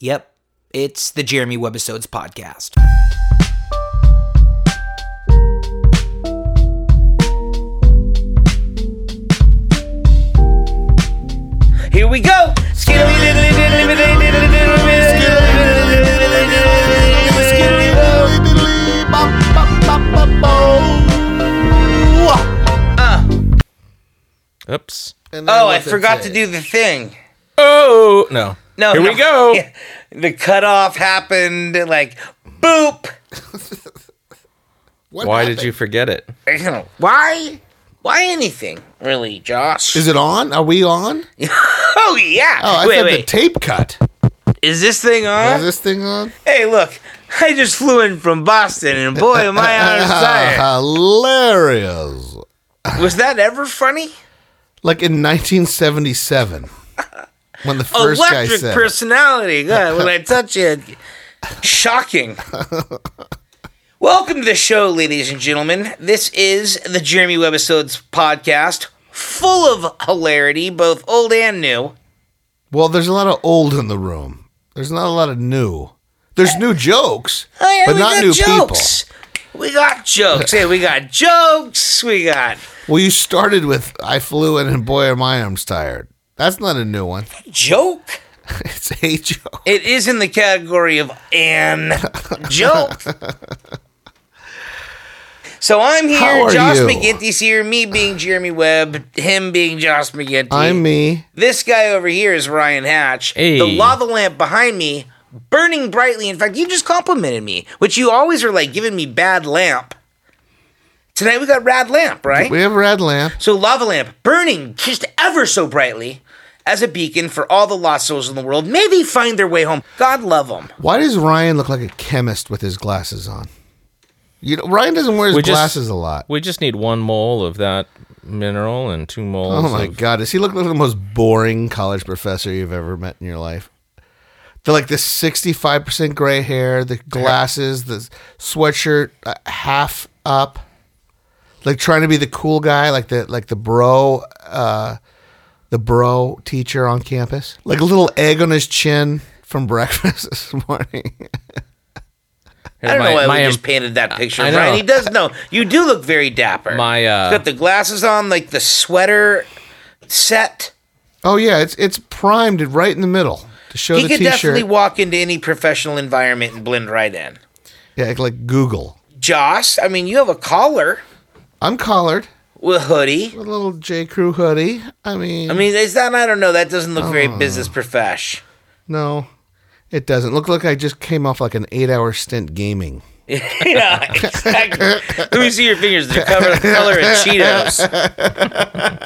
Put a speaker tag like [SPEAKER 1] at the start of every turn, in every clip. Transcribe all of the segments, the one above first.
[SPEAKER 1] Yep, it's the Jeremy Webisodes podcast. Here we go.
[SPEAKER 2] Oops.
[SPEAKER 3] And then
[SPEAKER 4] Oh, I
[SPEAKER 3] what's it
[SPEAKER 4] forgot to
[SPEAKER 3] say?
[SPEAKER 4] do the thing.
[SPEAKER 2] Oh no.
[SPEAKER 4] No,
[SPEAKER 2] Here
[SPEAKER 4] no.
[SPEAKER 2] we go.
[SPEAKER 4] Yeah. The cutoff happened. Like, boop.
[SPEAKER 3] What
[SPEAKER 2] Why did
[SPEAKER 3] happened?
[SPEAKER 2] you forget it?
[SPEAKER 4] I don't know. Why? Why anything, really, Josh?
[SPEAKER 3] Is it on? Are we on?
[SPEAKER 4] oh yeah.
[SPEAKER 3] Oh, I
[SPEAKER 4] wait,
[SPEAKER 3] thought the
[SPEAKER 4] wait.
[SPEAKER 3] tape cut.
[SPEAKER 4] Is this thing on?
[SPEAKER 3] Is this thing on?
[SPEAKER 4] Hey, look. I just flew in from Boston, and boy, am I out of sight.
[SPEAKER 3] Ah, hilarious.
[SPEAKER 4] Was that ever funny?
[SPEAKER 3] Like in 1977, when the first guy
[SPEAKER 4] Electric
[SPEAKER 3] said,
[SPEAKER 4] personality. God, when I touch it, shocking. Welcome to the show, ladies and gentlemen. This is the Jeremy Webisodes podcast, full of hilarity, both old and new.
[SPEAKER 3] "Well, there's a lot of old in the room. There's not a lot of new. There's new jokes,
[SPEAKER 4] Oh, yeah,
[SPEAKER 3] but
[SPEAKER 4] we
[SPEAKER 3] not
[SPEAKER 4] got
[SPEAKER 3] new
[SPEAKER 4] jokes. We got jokes. hey, we got jokes. We got
[SPEAKER 3] people." Well, you started with "I flew in and boy are my arms tired." That's not a new one.
[SPEAKER 4] joke.
[SPEAKER 3] It's a joke.
[SPEAKER 4] It is in the category of an joke. So I'm
[SPEAKER 3] How
[SPEAKER 4] here,
[SPEAKER 3] are
[SPEAKER 4] Josh
[SPEAKER 3] you?
[SPEAKER 4] McGinty's here, me being Jeremy Webb, him being Josh McGinty.
[SPEAKER 3] I'm me.
[SPEAKER 4] this guy over here is Ryan Hatch.
[SPEAKER 2] Hey.
[SPEAKER 4] The lava lamp behind me, burning brightly. In fact, you just complimented me, which you always are like giving me bad lamp. Tonight we got rad lamp, right?
[SPEAKER 3] We have a red lamp.
[SPEAKER 4] So lava lamp burning just ever so brightly as a beacon for all the lost souls in the world. May they find their way home. God love them.
[SPEAKER 3] Why does Ryan look like a chemist with his glasses on? You know, Ryan doesn't wear his
[SPEAKER 2] We just-
[SPEAKER 3] glasses a lot.
[SPEAKER 2] We just need one mole of that mineral and two moles.
[SPEAKER 3] Oh my
[SPEAKER 2] of-
[SPEAKER 3] god, does he look like the most boring college professor you've ever met in your life? The like the sixty-five percent gray hair, the glasses, the sweatshirt uh, half up, like trying to be the cool guy, like the like the bro, uh, the bro teacher on campus, like a little egg on his chin from breakfast this morning.
[SPEAKER 4] I don't
[SPEAKER 2] my,
[SPEAKER 4] know why
[SPEAKER 2] my,
[SPEAKER 4] we
[SPEAKER 2] im-
[SPEAKER 4] just painted that picture,
[SPEAKER 2] I know.
[SPEAKER 4] Ryan. He does know. You do look very dapper.
[SPEAKER 2] my,
[SPEAKER 4] He's
[SPEAKER 2] uh,
[SPEAKER 4] got the glasses on, like the sweater set.
[SPEAKER 3] oh yeah, it's it's primed right in the middle to show
[SPEAKER 4] He
[SPEAKER 3] the
[SPEAKER 4] could definitely
[SPEAKER 3] t-shirt.
[SPEAKER 4] walk into any professional environment and blend right in.
[SPEAKER 3] yeah, like, like Google.
[SPEAKER 4] Josh, I mean, you have a collar
[SPEAKER 3] I'm collared,
[SPEAKER 4] with hoodie.
[SPEAKER 3] a little J Crew hoodie. I mean,
[SPEAKER 4] I mean, is that? I don't know. That doesn't look
[SPEAKER 2] Oh.
[SPEAKER 4] very business profesh.
[SPEAKER 3] No, it doesn't. Look like I just came off like an eight-hour stint gaming.
[SPEAKER 4] yeah, exactly. Let me see your fingers. They're covered the color of Cheetos.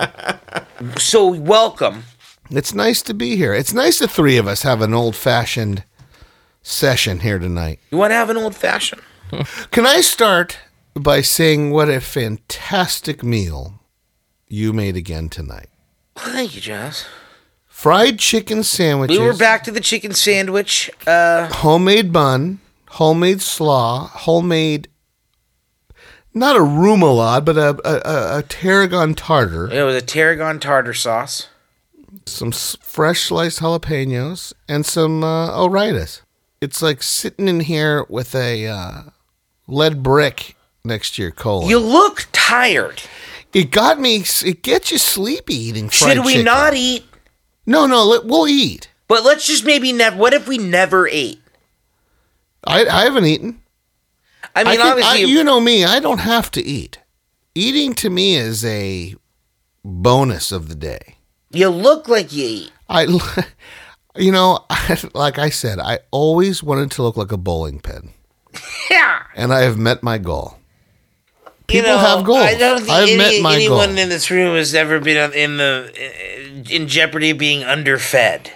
[SPEAKER 4] so welcome.
[SPEAKER 3] It's nice to be here. It's nice the three of us have an old-fashioned session here tonight.
[SPEAKER 4] You want to have an old fashioned?
[SPEAKER 3] Can I start by saying what a fantastic meal you made again tonight?
[SPEAKER 4] Thank you, Josh.
[SPEAKER 3] Fried chicken sandwiches,
[SPEAKER 4] We were back to the chicken sandwich. Uh,
[SPEAKER 3] homemade bun, homemade slaw, homemade. Not a rumelade, but a, a, a, a tarragon tartar.
[SPEAKER 4] it was a tarragon tartar sauce.
[SPEAKER 3] some s- fresh sliced jalapenos and some uh, Oritas. It's like sitting in here with a uh, lead brick next to your colon.
[SPEAKER 4] You look tired.
[SPEAKER 3] it got me. s- It gets you sleepy eating fried
[SPEAKER 4] Should we
[SPEAKER 3] chicken.
[SPEAKER 4] not eat?
[SPEAKER 3] No, no. Let, we'll eat.
[SPEAKER 4] But let's just maybe never. What if we never ate?
[SPEAKER 3] I, I haven't eaten.
[SPEAKER 4] I mean,
[SPEAKER 3] can-
[SPEAKER 4] obviously,
[SPEAKER 3] you know me. I don't have to eat. Eating to me is a bonus of the day.
[SPEAKER 4] you look like you eat.
[SPEAKER 3] I, you know, like I said, I always wanted to look like a bowling pin,
[SPEAKER 4] Yeah.
[SPEAKER 3] and I have met my goal.
[SPEAKER 4] You
[SPEAKER 3] People have goals.
[SPEAKER 4] I don't think
[SPEAKER 3] I've
[SPEAKER 4] any,
[SPEAKER 3] met my
[SPEAKER 4] anyone
[SPEAKER 3] goal.
[SPEAKER 4] in this room has ever been on- in the in jeopardy of being underfed.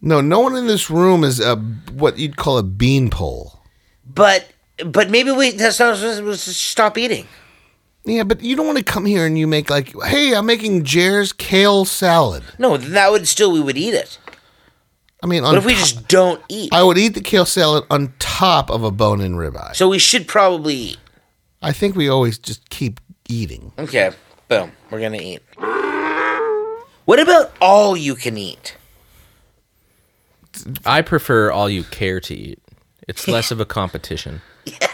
[SPEAKER 3] No, no one in this room is a what you'd call a beanpole.
[SPEAKER 4] But but maybe we that's not supposed to stop eating.
[SPEAKER 3] Yeah, but you don't want to come here and you make like, hey, I'm making Jer's kale salad.
[SPEAKER 4] No, that would still we would eat it.
[SPEAKER 3] I mean, on
[SPEAKER 4] But if we
[SPEAKER 3] to-
[SPEAKER 4] just don't eat,
[SPEAKER 3] I would eat the kale salad on top of a bone-in ribeye.
[SPEAKER 4] so we should probably eat.
[SPEAKER 3] I think we always just keep eating.
[SPEAKER 4] Okay, boom, we're gonna eat. What about all you can eat?
[SPEAKER 2] I prefer all you care to eat. It's less of a competition.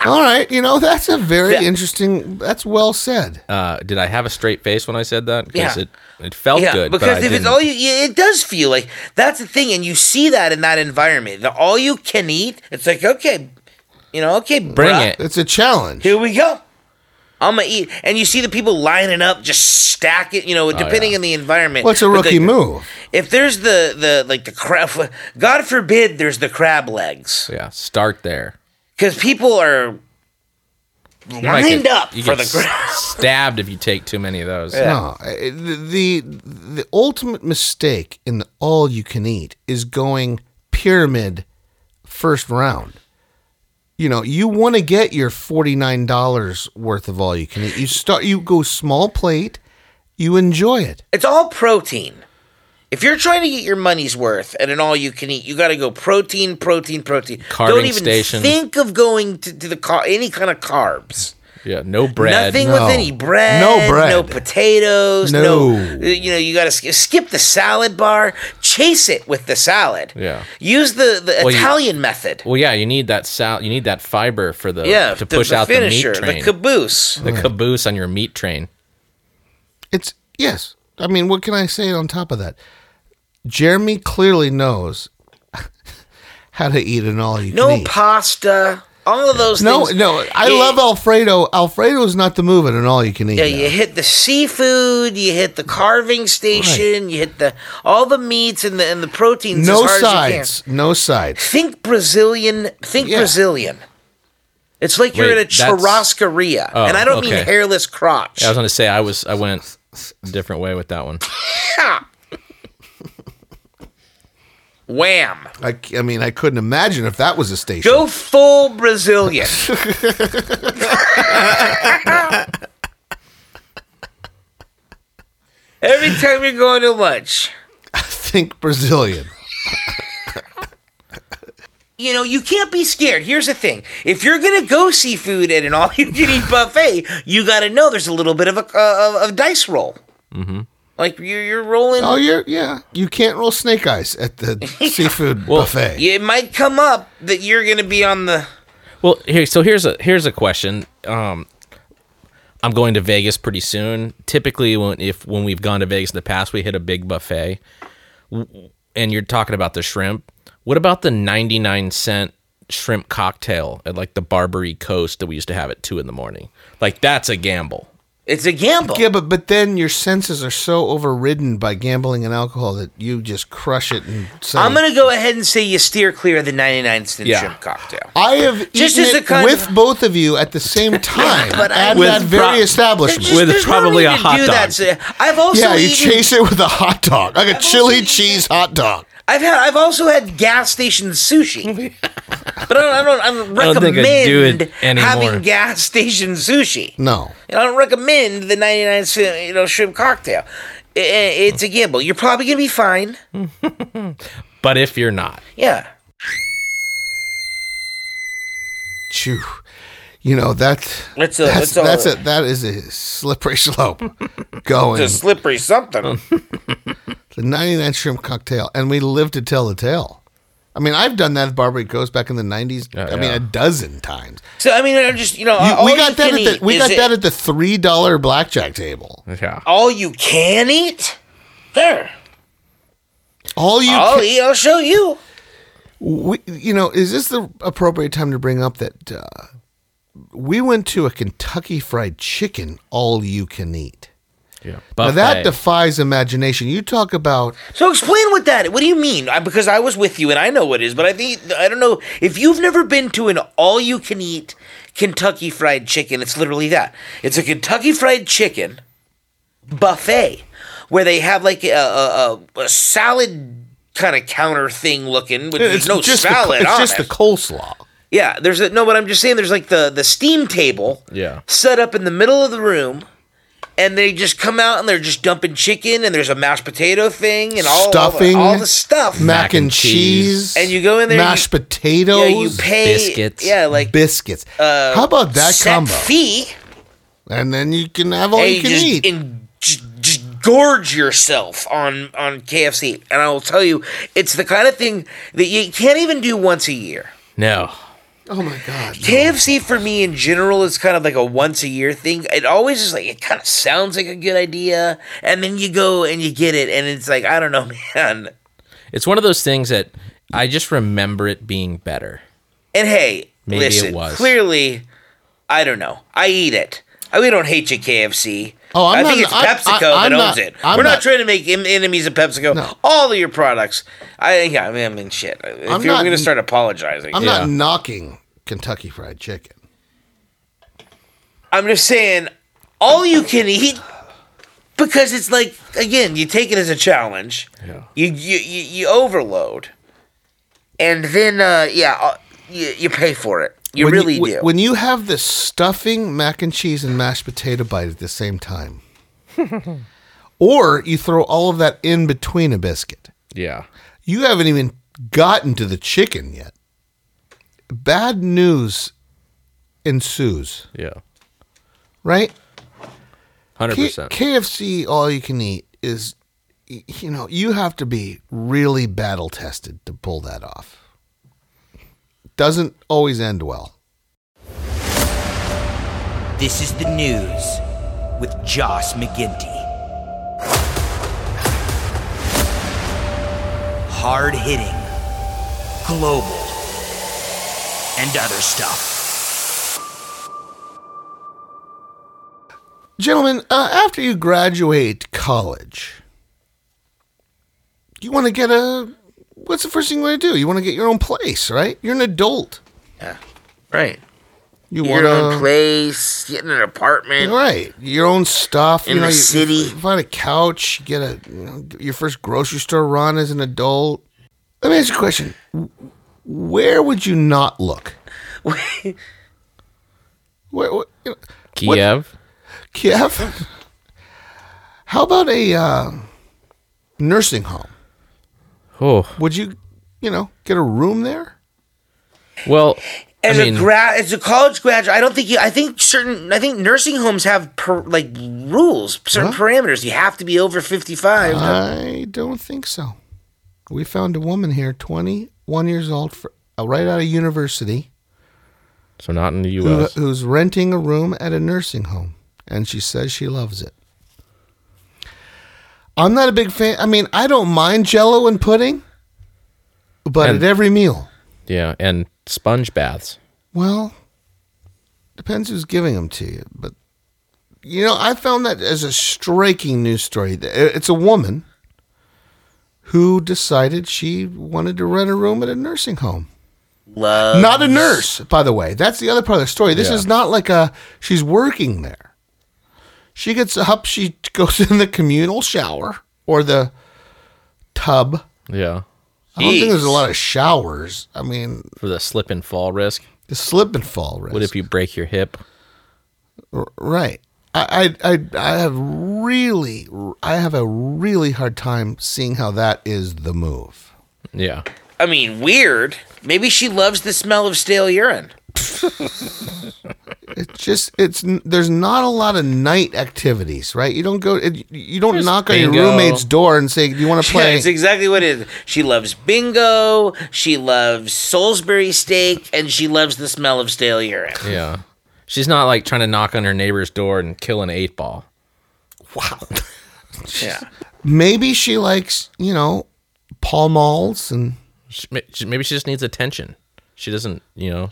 [SPEAKER 3] All right, you know that's a very
[SPEAKER 4] Yeah.
[SPEAKER 3] interesting. That's well said.
[SPEAKER 2] Uh, did I have a straight face when I said that? Because
[SPEAKER 4] Yeah.
[SPEAKER 2] it, it felt
[SPEAKER 4] yeah,
[SPEAKER 2] good.
[SPEAKER 4] because
[SPEAKER 2] but I
[SPEAKER 4] if it's
[SPEAKER 2] didn't.
[SPEAKER 4] all you, yeah, it does feel like that's the thing, and you see that in that environment. The all you can eat, it's like okay, you know, okay,
[SPEAKER 2] bring
[SPEAKER 4] bruh,
[SPEAKER 2] it.
[SPEAKER 3] It's a challenge.
[SPEAKER 4] Here we go. I'm gonna eat, and you see the people lining up, just stack it. You
[SPEAKER 2] Oh,
[SPEAKER 4] know, depending on the environment.
[SPEAKER 3] What's a
[SPEAKER 4] But
[SPEAKER 3] rookie
[SPEAKER 4] the-
[SPEAKER 3] move?
[SPEAKER 4] If there's the the like the crab, God forbid, there's the crab legs
[SPEAKER 2] Yeah, start there.
[SPEAKER 4] because people are
[SPEAKER 2] You might
[SPEAKER 4] lined
[SPEAKER 2] get-
[SPEAKER 4] up
[SPEAKER 2] you
[SPEAKER 4] for
[SPEAKER 2] get
[SPEAKER 4] the crab.
[SPEAKER 2] s- stabbed if you take too many of those.
[SPEAKER 3] No, I- the, the the ultimate mistake in the all you can eat is going pyramid first round. You know, you want to get your forty nine dollars worth of all you can eat. You start, you go small plate, you enjoy it.
[SPEAKER 4] It's all protein. If you're trying to get your money's worth at an all you can eat, you got to go protein, protein, protein. Don't
[SPEAKER 2] Carving
[SPEAKER 4] even
[SPEAKER 2] station.
[SPEAKER 4] think of going to, to the car any kind of carbs.
[SPEAKER 2] Yeah, no bread.
[SPEAKER 4] Nothing
[SPEAKER 3] No.
[SPEAKER 4] with any bread.
[SPEAKER 3] No bread.
[SPEAKER 4] No potatoes. No. uh,
[SPEAKER 3] No.
[SPEAKER 4] you know, you got to sk- skip the salad bar. Chase it with the salad.
[SPEAKER 2] Yeah.
[SPEAKER 4] Use the, the
[SPEAKER 2] Well, you-
[SPEAKER 4] Italian method.
[SPEAKER 2] Well, yeah, you need that sal. You need that fiber for the
[SPEAKER 4] yeah.
[SPEAKER 2] to
[SPEAKER 4] the-
[SPEAKER 2] push
[SPEAKER 4] the
[SPEAKER 2] out
[SPEAKER 4] finisher,
[SPEAKER 2] the meat train,
[SPEAKER 4] the caboose.
[SPEAKER 2] the caboose on your meat train.
[SPEAKER 3] It's yes. I mean, what can I say on top of that? Jeremy clearly knows how to eat an all you
[SPEAKER 4] No
[SPEAKER 3] can eat.
[SPEAKER 4] pasta. All of those
[SPEAKER 3] No,
[SPEAKER 4] things.
[SPEAKER 3] no, I
[SPEAKER 4] Yeah.
[SPEAKER 3] love Alfredo. Alfredo is not the move at an all you can eat.
[SPEAKER 4] Yeah,
[SPEAKER 3] now.
[SPEAKER 4] you hit the seafood, you hit the carving station, you hit the all the meats and the and the proteins.
[SPEAKER 3] no
[SPEAKER 4] as hard As you can.
[SPEAKER 3] sides, no sides.
[SPEAKER 4] Think Brazilian. Think
[SPEAKER 3] Yeah.
[SPEAKER 4] Brazilian. It's like you're
[SPEAKER 2] Wait,
[SPEAKER 4] at a
[SPEAKER 2] that's-
[SPEAKER 4] churrascaria, and I don't mean
[SPEAKER 2] okay.
[SPEAKER 4] hairless crotch.
[SPEAKER 2] Yeah, I was gonna say I was I went a different way with that one.
[SPEAKER 4] Ha! Wham!
[SPEAKER 3] I, c- I mean, I couldn't imagine if that was a station.
[SPEAKER 4] Go full Brazilian. Every time you're going to lunch,
[SPEAKER 3] Think Brazilian.
[SPEAKER 4] you know, you can't be scared. Here's the thing: if you're gonna go seafood at an all-you-can-eat buffet, you got to know there's a little bit of a uh, of- of dice roll. Mm-hmm. Like you're you're rolling.
[SPEAKER 3] Oh, you're yeah. You can't roll snake eyes at the seafood buffet.
[SPEAKER 4] It might come up that you're gonna be on the.
[SPEAKER 2] Well, here so here's a here's a question. Um, I'm going to Vegas pretty soon. Typically, when if when we've gone to Vegas in the past, we hit a big buffet. W- And you're talking about the shrimp. What about the 99 cent shrimp cocktail at like the Barbary Coast that we used to have at two in the morning? Like that's a gamble.
[SPEAKER 4] It's a gamble.
[SPEAKER 3] Yeah, but but then your senses are so overridden by gambling and alcohol that you just crush it and say,
[SPEAKER 4] I'm gonna go ahead and say you steer clear of the 99 cent
[SPEAKER 2] Yeah.
[SPEAKER 4] shrimp cocktail.
[SPEAKER 3] I have
[SPEAKER 4] Just
[SPEAKER 3] eaten
[SPEAKER 4] as a
[SPEAKER 3] it
[SPEAKER 4] kind
[SPEAKER 3] with
[SPEAKER 4] of-
[SPEAKER 3] both of you at the same time
[SPEAKER 4] but I-
[SPEAKER 3] at
[SPEAKER 4] With
[SPEAKER 3] that very
[SPEAKER 2] pro-
[SPEAKER 3] establishment.
[SPEAKER 4] Just-
[SPEAKER 2] With
[SPEAKER 4] there's no
[SPEAKER 2] probably
[SPEAKER 4] need
[SPEAKER 2] a
[SPEAKER 4] to
[SPEAKER 2] hot
[SPEAKER 4] do
[SPEAKER 2] dog.
[SPEAKER 4] that. So- I've also
[SPEAKER 3] yeah, you
[SPEAKER 4] eaten,
[SPEAKER 3] chase it with a hot dog, like a chili cheese hot dog.
[SPEAKER 4] I've had I've also had gas station sushi, but I don't I don't, I
[SPEAKER 2] I
[SPEAKER 4] don't
[SPEAKER 2] don't think
[SPEAKER 4] recommend
[SPEAKER 2] I do it anymore.
[SPEAKER 4] having gas station sushi.
[SPEAKER 3] No,
[SPEAKER 4] And I don't recommend the 99 cent, you know, shrimp cocktail. I- I- It's a gamble. You're probably going to be fine.
[SPEAKER 2] But if you're not,
[SPEAKER 4] Yeah.
[SPEAKER 3] Phew. You know that
[SPEAKER 4] It's a-
[SPEAKER 3] that's
[SPEAKER 4] it's a-
[SPEAKER 3] that's a that is a slippery slope going
[SPEAKER 4] It's a slippery something.
[SPEAKER 3] the 99 shrimp cocktail and we live to tell the tale. I mean, I've done that at Barbary Ghost back in the 90s. I mean,
[SPEAKER 2] yeah.
[SPEAKER 3] a dozen times.
[SPEAKER 4] So, I mean, I'm just, you know,
[SPEAKER 3] You-
[SPEAKER 4] Uh, all
[SPEAKER 3] we
[SPEAKER 4] you
[SPEAKER 3] got that
[SPEAKER 4] can
[SPEAKER 3] at the
[SPEAKER 4] eat
[SPEAKER 3] we
[SPEAKER 4] is
[SPEAKER 3] got
[SPEAKER 4] it-
[SPEAKER 3] that at the $3 blackjack table.
[SPEAKER 2] yeah.
[SPEAKER 4] all you can eat? There.
[SPEAKER 3] All you
[SPEAKER 4] I'll
[SPEAKER 3] ca-
[SPEAKER 4] eat. I'll show you.
[SPEAKER 3] we, you know, is this the appropriate time to bring up that uh, we went to a Kentucky fried chicken all you can eat.
[SPEAKER 2] yeah.
[SPEAKER 3] Now that
[SPEAKER 2] Buffet.
[SPEAKER 3] defies imagination. You talk about
[SPEAKER 4] So explain what that. What do you mean? I, because I was with you and I know what it is, but I think I don't know if you've never been to an all-you-can-eat Kentucky Fried Chicken. It's literally that. It's a Kentucky Fried Chicken buffet where they have like a, a, a, a salad kind of counter thing looking with there's no
[SPEAKER 3] just
[SPEAKER 4] salad
[SPEAKER 3] the, it's
[SPEAKER 4] on
[SPEAKER 3] just
[SPEAKER 4] it.
[SPEAKER 3] the coleslaw.
[SPEAKER 4] yeah, there's a, no. But I'm just saying, there's like the the steam table
[SPEAKER 2] Yeah.
[SPEAKER 4] set up in the middle of the room. And they just come out and they're just dumping chicken and there's a mashed potato thing and all all the-
[SPEAKER 3] Stuffing,
[SPEAKER 4] all the stuff
[SPEAKER 3] Mac and
[SPEAKER 2] and
[SPEAKER 3] cheese,
[SPEAKER 2] cheese.
[SPEAKER 4] And you go in there,
[SPEAKER 3] mashed
[SPEAKER 4] you-
[SPEAKER 3] potatoes,
[SPEAKER 4] Yeah, you pay
[SPEAKER 2] biscuits,
[SPEAKER 4] Yeah, like uh,
[SPEAKER 3] biscuits. How about that
[SPEAKER 4] set
[SPEAKER 3] combo?
[SPEAKER 4] fee.
[SPEAKER 3] and then you can have all
[SPEAKER 4] and
[SPEAKER 3] you can
[SPEAKER 4] just
[SPEAKER 3] eat.
[SPEAKER 4] en- j- j- gorge yourself on on KFC, and I will tell you, it's the kind of thing that you can't even do once a year.
[SPEAKER 2] No.
[SPEAKER 3] Oh my god.
[SPEAKER 4] KFC for me in general is kind of like a once a year thing. It always is like it kind of sounds like a good idea, and then you go and you get it, and it's like I don't know, man.
[SPEAKER 2] It's one of those things that I just remember it being better.
[SPEAKER 4] And hey,
[SPEAKER 2] Maybe it
[SPEAKER 4] listen,
[SPEAKER 2] was.
[SPEAKER 4] clearly, I don't know. I eat it. I, we don't hate you, KFC.
[SPEAKER 3] Oh, I'm
[SPEAKER 4] I think
[SPEAKER 3] not-
[SPEAKER 4] it's
[SPEAKER 3] I-
[SPEAKER 4] PepsiCo
[SPEAKER 3] I- I'm
[SPEAKER 4] that
[SPEAKER 3] not-
[SPEAKER 4] owns it.
[SPEAKER 3] I'm
[SPEAKER 4] We're not,
[SPEAKER 3] not-
[SPEAKER 4] trying to make en- enemies of PepsiCo. All of your products. I yeah, I mean, I mean shit. If
[SPEAKER 3] I'm
[SPEAKER 4] you're
[SPEAKER 3] not-
[SPEAKER 4] going to start apologizing,
[SPEAKER 3] I'm
[SPEAKER 4] I'm,
[SPEAKER 2] Yeah.
[SPEAKER 3] not knocking Kentucky Fried Chicken.
[SPEAKER 4] just saying, all you can eat because it's like again, you take it as a challenge.
[SPEAKER 2] Yeah.
[SPEAKER 4] You you you, you overload, and then uh, yeah, uh, you, you pay for it. You
[SPEAKER 3] When
[SPEAKER 4] really
[SPEAKER 3] when-
[SPEAKER 4] do.
[SPEAKER 3] When you have the stuffing, mac and cheese, and mashed potato bite at the same time, or you throw all of that in between a biscuit,
[SPEAKER 2] Yeah.
[SPEAKER 3] you haven't even gotten to the chicken yet. Bad news ensues,
[SPEAKER 2] Yeah.
[SPEAKER 3] right?
[SPEAKER 2] Hundred
[SPEAKER 3] K-
[SPEAKER 2] percent.
[SPEAKER 3] KFC all you can eat is, y- you know, you have to be really battle tested to pull that off. Doesn't always end well.
[SPEAKER 1] This is the news with Joss McGinty. Hard hitting, global, and other stuff.
[SPEAKER 3] Gentlemen, uh, after you graduate college, you want to get a. What's the first thing you want to do? You want to get your own place, right? You're an adult.
[SPEAKER 4] yeah. Right.
[SPEAKER 3] You
[SPEAKER 4] your own
[SPEAKER 3] want
[SPEAKER 4] place, get in an apartment.
[SPEAKER 3] to. Right, your own stuff.
[SPEAKER 4] In
[SPEAKER 3] you know,
[SPEAKER 4] the
[SPEAKER 3] you-
[SPEAKER 4] city.
[SPEAKER 3] you find a couch. you Get a you know, your first grocery store run as an adult. Let me ask you a question: Where would you not look? Where, where, you know,
[SPEAKER 2] Kiev.
[SPEAKER 3] Kiev. How about a uh, nursing home?
[SPEAKER 2] Oh.
[SPEAKER 3] Would you, you know, get a room there?
[SPEAKER 2] Well,
[SPEAKER 4] as
[SPEAKER 2] I mean,
[SPEAKER 4] a grad, as a college graduate, I don't think you. I think certain. I think nursing homes have per, like rules, certain parameters. You have to be over fifty-five.
[SPEAKER 3] Uh, I don't think so. We found a woman here, 21 years old, fr uh, right out of university,
[SPEAKER 2] so not in the
[SPEAKER 3] who-
[SPEAKER 2] U.S.
[SPEAKER 3] who's renting a room at a nursing home, and she says she loves it. I'm not a big fan. I mean, I don't mind Jello and pudding, but
[SPEAKER 2] And-
[SPEAKER 3] at every meal,
[SPEAKER 2] Yeah, and sponge baths.
[SPEAKER 3] well, depends who's giving them to you. But you know, I found that as a striking news story. It's a woman who decided she wanted to rent a room at a nursing home.
[SPEAKER 4] Love.
[SPEAKER 3] Not a nurse, by the way. That's the other part of the story. This
[SPEAKER 2] Yeah.
[SPEAKER 3] is not like a she's working there. She gets up, she goes in the communal shower or the tub.
[SPEAKER 2] Yeah,
[SPEAKER 3] I don't think there's a
[SPEAKER 4] Jeez.
[SPEAKER 3] lot of showers. I mean,
[SPEAKER 2] for the slip and fall risk.
[SPEAKER 3] the slip and fall risk.
[SPEAKER 2] What if you break your hip?
[SPEAKER 3] R- Right. I, I, I, I have really, I have a really hard time seeing how that is the move.
[SPEAKER 2] Yeah.
[SPEAKER 4] I mean, weird. Maybe she loves the smell of stale urine.
[SPEAKER 3] It's just, it's, n- there's not a lot of night activities, right? You don't go, it, you don't knock on your
[SPEAKER 2] bingo.
[SPEAKER 3] roommate's door and say, do you want to
[SPEAKER 4] Yeah,
[SPEAKER 3] play?
[SPEAKER 4] it's exactly what it is. She loves bingo. She loves Salisbury steak, and she loves the smell of stale urine.
[SPEAKER 2] Yeah. She's not like trying to knock on her neighbor's door and kill an eight ball.
[SPEAKER 3] wow.
[SPEAKER 4] Yeah.
[SPEAKER 3] Maybe she likes, you know, Pall Malls and
[SPEAKER 2] She, may- she- maybe she just needs attention. She doesn't, you know,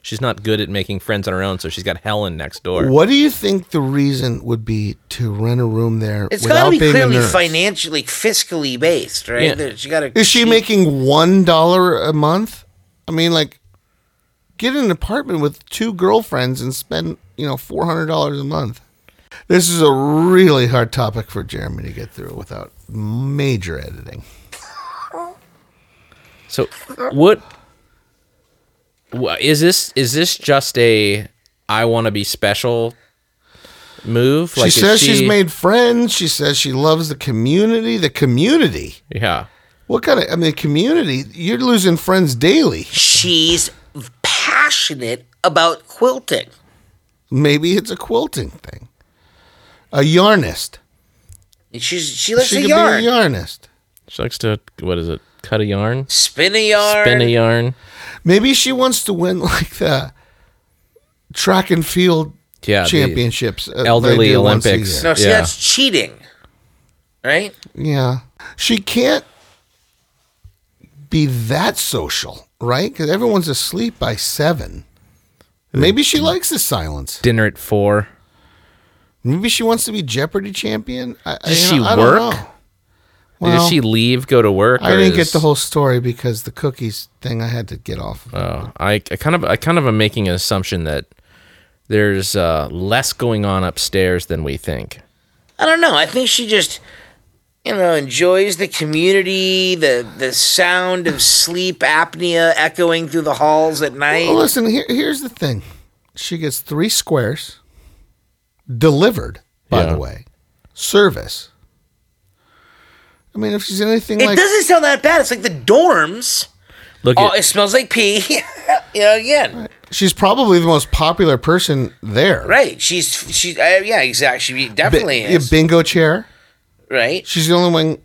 [SPEAKER 2] she's not good at making friends on her own, so she's got Helen next door.
[SPEAKER 3] what do you think the reason would be to rent a room there
[SPEAKER 4] It's got
[SPEAKER 3] without
[SPEAKER 4] to be
[SPEAKER 3] being a
[SPEAKER 4] clearly
[SPEAKER 3] nurse?
[SPEAKER 4] financially, fiscally based, right?
[SPEAKER 2] Yeah.
[SPEAKER 4] There- She got to.
[SPEAKER 3] Is she making one dollar a month? I mean, like, get an apartment with two girlfriends and spend you know four hundred dollars a month. This is a really hard topic for Jeremy to get through without major editing.
[SPEAKER 2] So what wha- is this is this just a I want to be special move?
[SPEAKER 3] She
[SPEAKER 2] Like, is
[SPEAKER 3] says
[SPEAKER 2] she-
[SPEAKER 3] she's made friends. She says she loves the community. The community.
[SPEAKER 2] Yeah.
[SPEAKER 3] What kind of? I mean, community. You're losing friends daily.
[SPEAKER 4] She's passionate about quilting.
[SPEAKER 3] Maybe it's a quilting thing. A yarnist.
[SPEAKER 4] She's she likes
[SPEAKER 3] she
[SPEAKER 4] to
[SPEAKER 3] could
[SPEAKER 4] yarn.
[SPEAKER 3] be a yarnist.
[SPEAKER 2] She likes to what is it? Cut a yarn,
[SPEAKER 4] Spin a yarn.
[SPEAKER 2] spin a yarn.
[SPEAKER 3] Maybe she wants to win like the track and field
[SPEAKER 2] Yeah, the
[SPEAKER 3] championships, uh,
[SPEAKER 2] elderly
[SPEAKER 3] they do once a
[SPEAKER 2] Olympics.
[SPEAKER 3] year.
[SPEAKER 4] No, see
[SPEAKER 2] Yeah.
[SPEAKER 4] that's cheating. Right?
[SPEAKER 3] Yeah, she can't be that social, right? Because everyone's asleep by seven. Maybe
[SPEAKER 2] Mm-hmm.
[SPEAKER 3] she likes the silence.
[SPEAKER 2] Dinner at four.
[SPEAKER 3] Maybe she wants to be Jeopardy champion. I, I-
[SPEAKER 2] Does
[SPEAKER 3] you
[SPEAKER 2] she
[SPEAKER 3] know, I don't
[SPEAKER 2] work?
[SPEAKER 3] know.
[SPEAKER 2] Does
[SPEAKER 3] Well,
[SPEAKER 2] she leave, go to work?
[SPEAKER 3] I
[SPEAKER 2] or
[SPEAKER 3] didn't
[SPEAKER 2] is-
[SPEAKER 3] get the whole story because the cookies thing I had to get off. Of.
[SPEAKER 2] Oh, I, I kind of I kind of am making an assumption that there's uh, less going on upstairs than we think.
[SPEAKER 4] I don't know. I think she just you know enjoys the community, the the sound of sleep apnea echoing through the halls at night.
[SPEAKER 3] Well, listen, here, here's the thing. She gets three squares delivered, by
[SPEAKER 2] Yeah.
[SPEAKER 3] the way. Service. I mean, if she's anything
[SPEAKER 4] it
[SPEAKER 3] like
[SPEAKER 4] doesn't sound that bad. It's like the dorms.
[SPEAKER 2] Look
[SPEAKER 4] Oh,
[SPEAKER 2] at
[SPEAKER 4] it smells like pee. you know, again, right?
[SPEAKER 3] she's probably the most popular person there.
[SPEAKER 4] She's she's uh, yeah, exactly. She
[SPEAKER 3] Bi-
[SPEAKER 4] definitely
[SPEAKER 3] yeah,
[SPEAKER 4] is
[SPEAKER 3] bingo chair.
[SPEAKER 4] right.
[SPEAKER 3] She's the only one.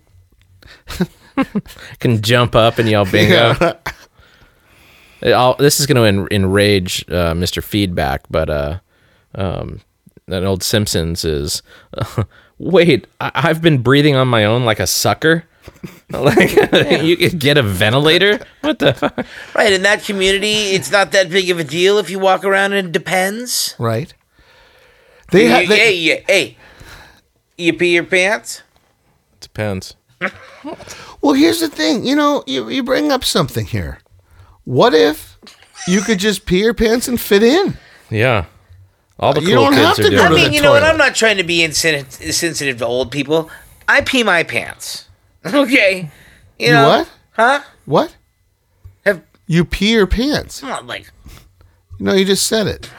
[SPEAKER 2] can jump up and yell bingo. It all- this is going to en- enrage uh, Mr. Feedback, but uh, um, that old Simpsons is. wait, I- I've been breathing on my own like a sucker. like you could get a ventilator. What the fuck?
[SPEAKER 4] Right in that community, it's not that big of a deal if you walk around and it depends.
[SPEAKER 3] Right. They
[SPEAKER 4] Yeah,
[SPEAKER 3] had. They,
[SPEAKER 4] hey, hey, hey, you pee your pants.
[SPEAKER 2] Depends.
[SPEAKER 3] well, here's the thing. You know, you, you bring up something here. What if you could just pee your pants and fit in?
[SPEAKER 2] Yeah, all the cool
[SPEAKER 3] You don't
[SPEAKER 2] kids
[SPEAKER 3] have
[SPEAKER 2] are
[SPEAKER 3] to
[SPEAKER 2] doing.
[SPEAKER 3] go
[SPEAKER 4] I
[SPEAKER 3] to
[SPEAKER 2] it.
[SPEAKER 4] mean,
[SPEAKER 3] the
[SPEAKER 4] you know what?
[SPEAKER 3] toilet.
[SPEAKER 4] I'm not trying to be insensi- insensitive to old people. I pee my pants. okay. You,
[SPEAKER 3] You
[SPEAKER 4] know,
[SPEAKER 3] what?
[SPEAKER 4] Huh?
[SPEAKER 3] What?
[SPEAKER 4] Have-
[SPEAKER 3] you pee your pants?
[SPEAKER 4] I'm not like
[SPEAKER 3] No, you just said it.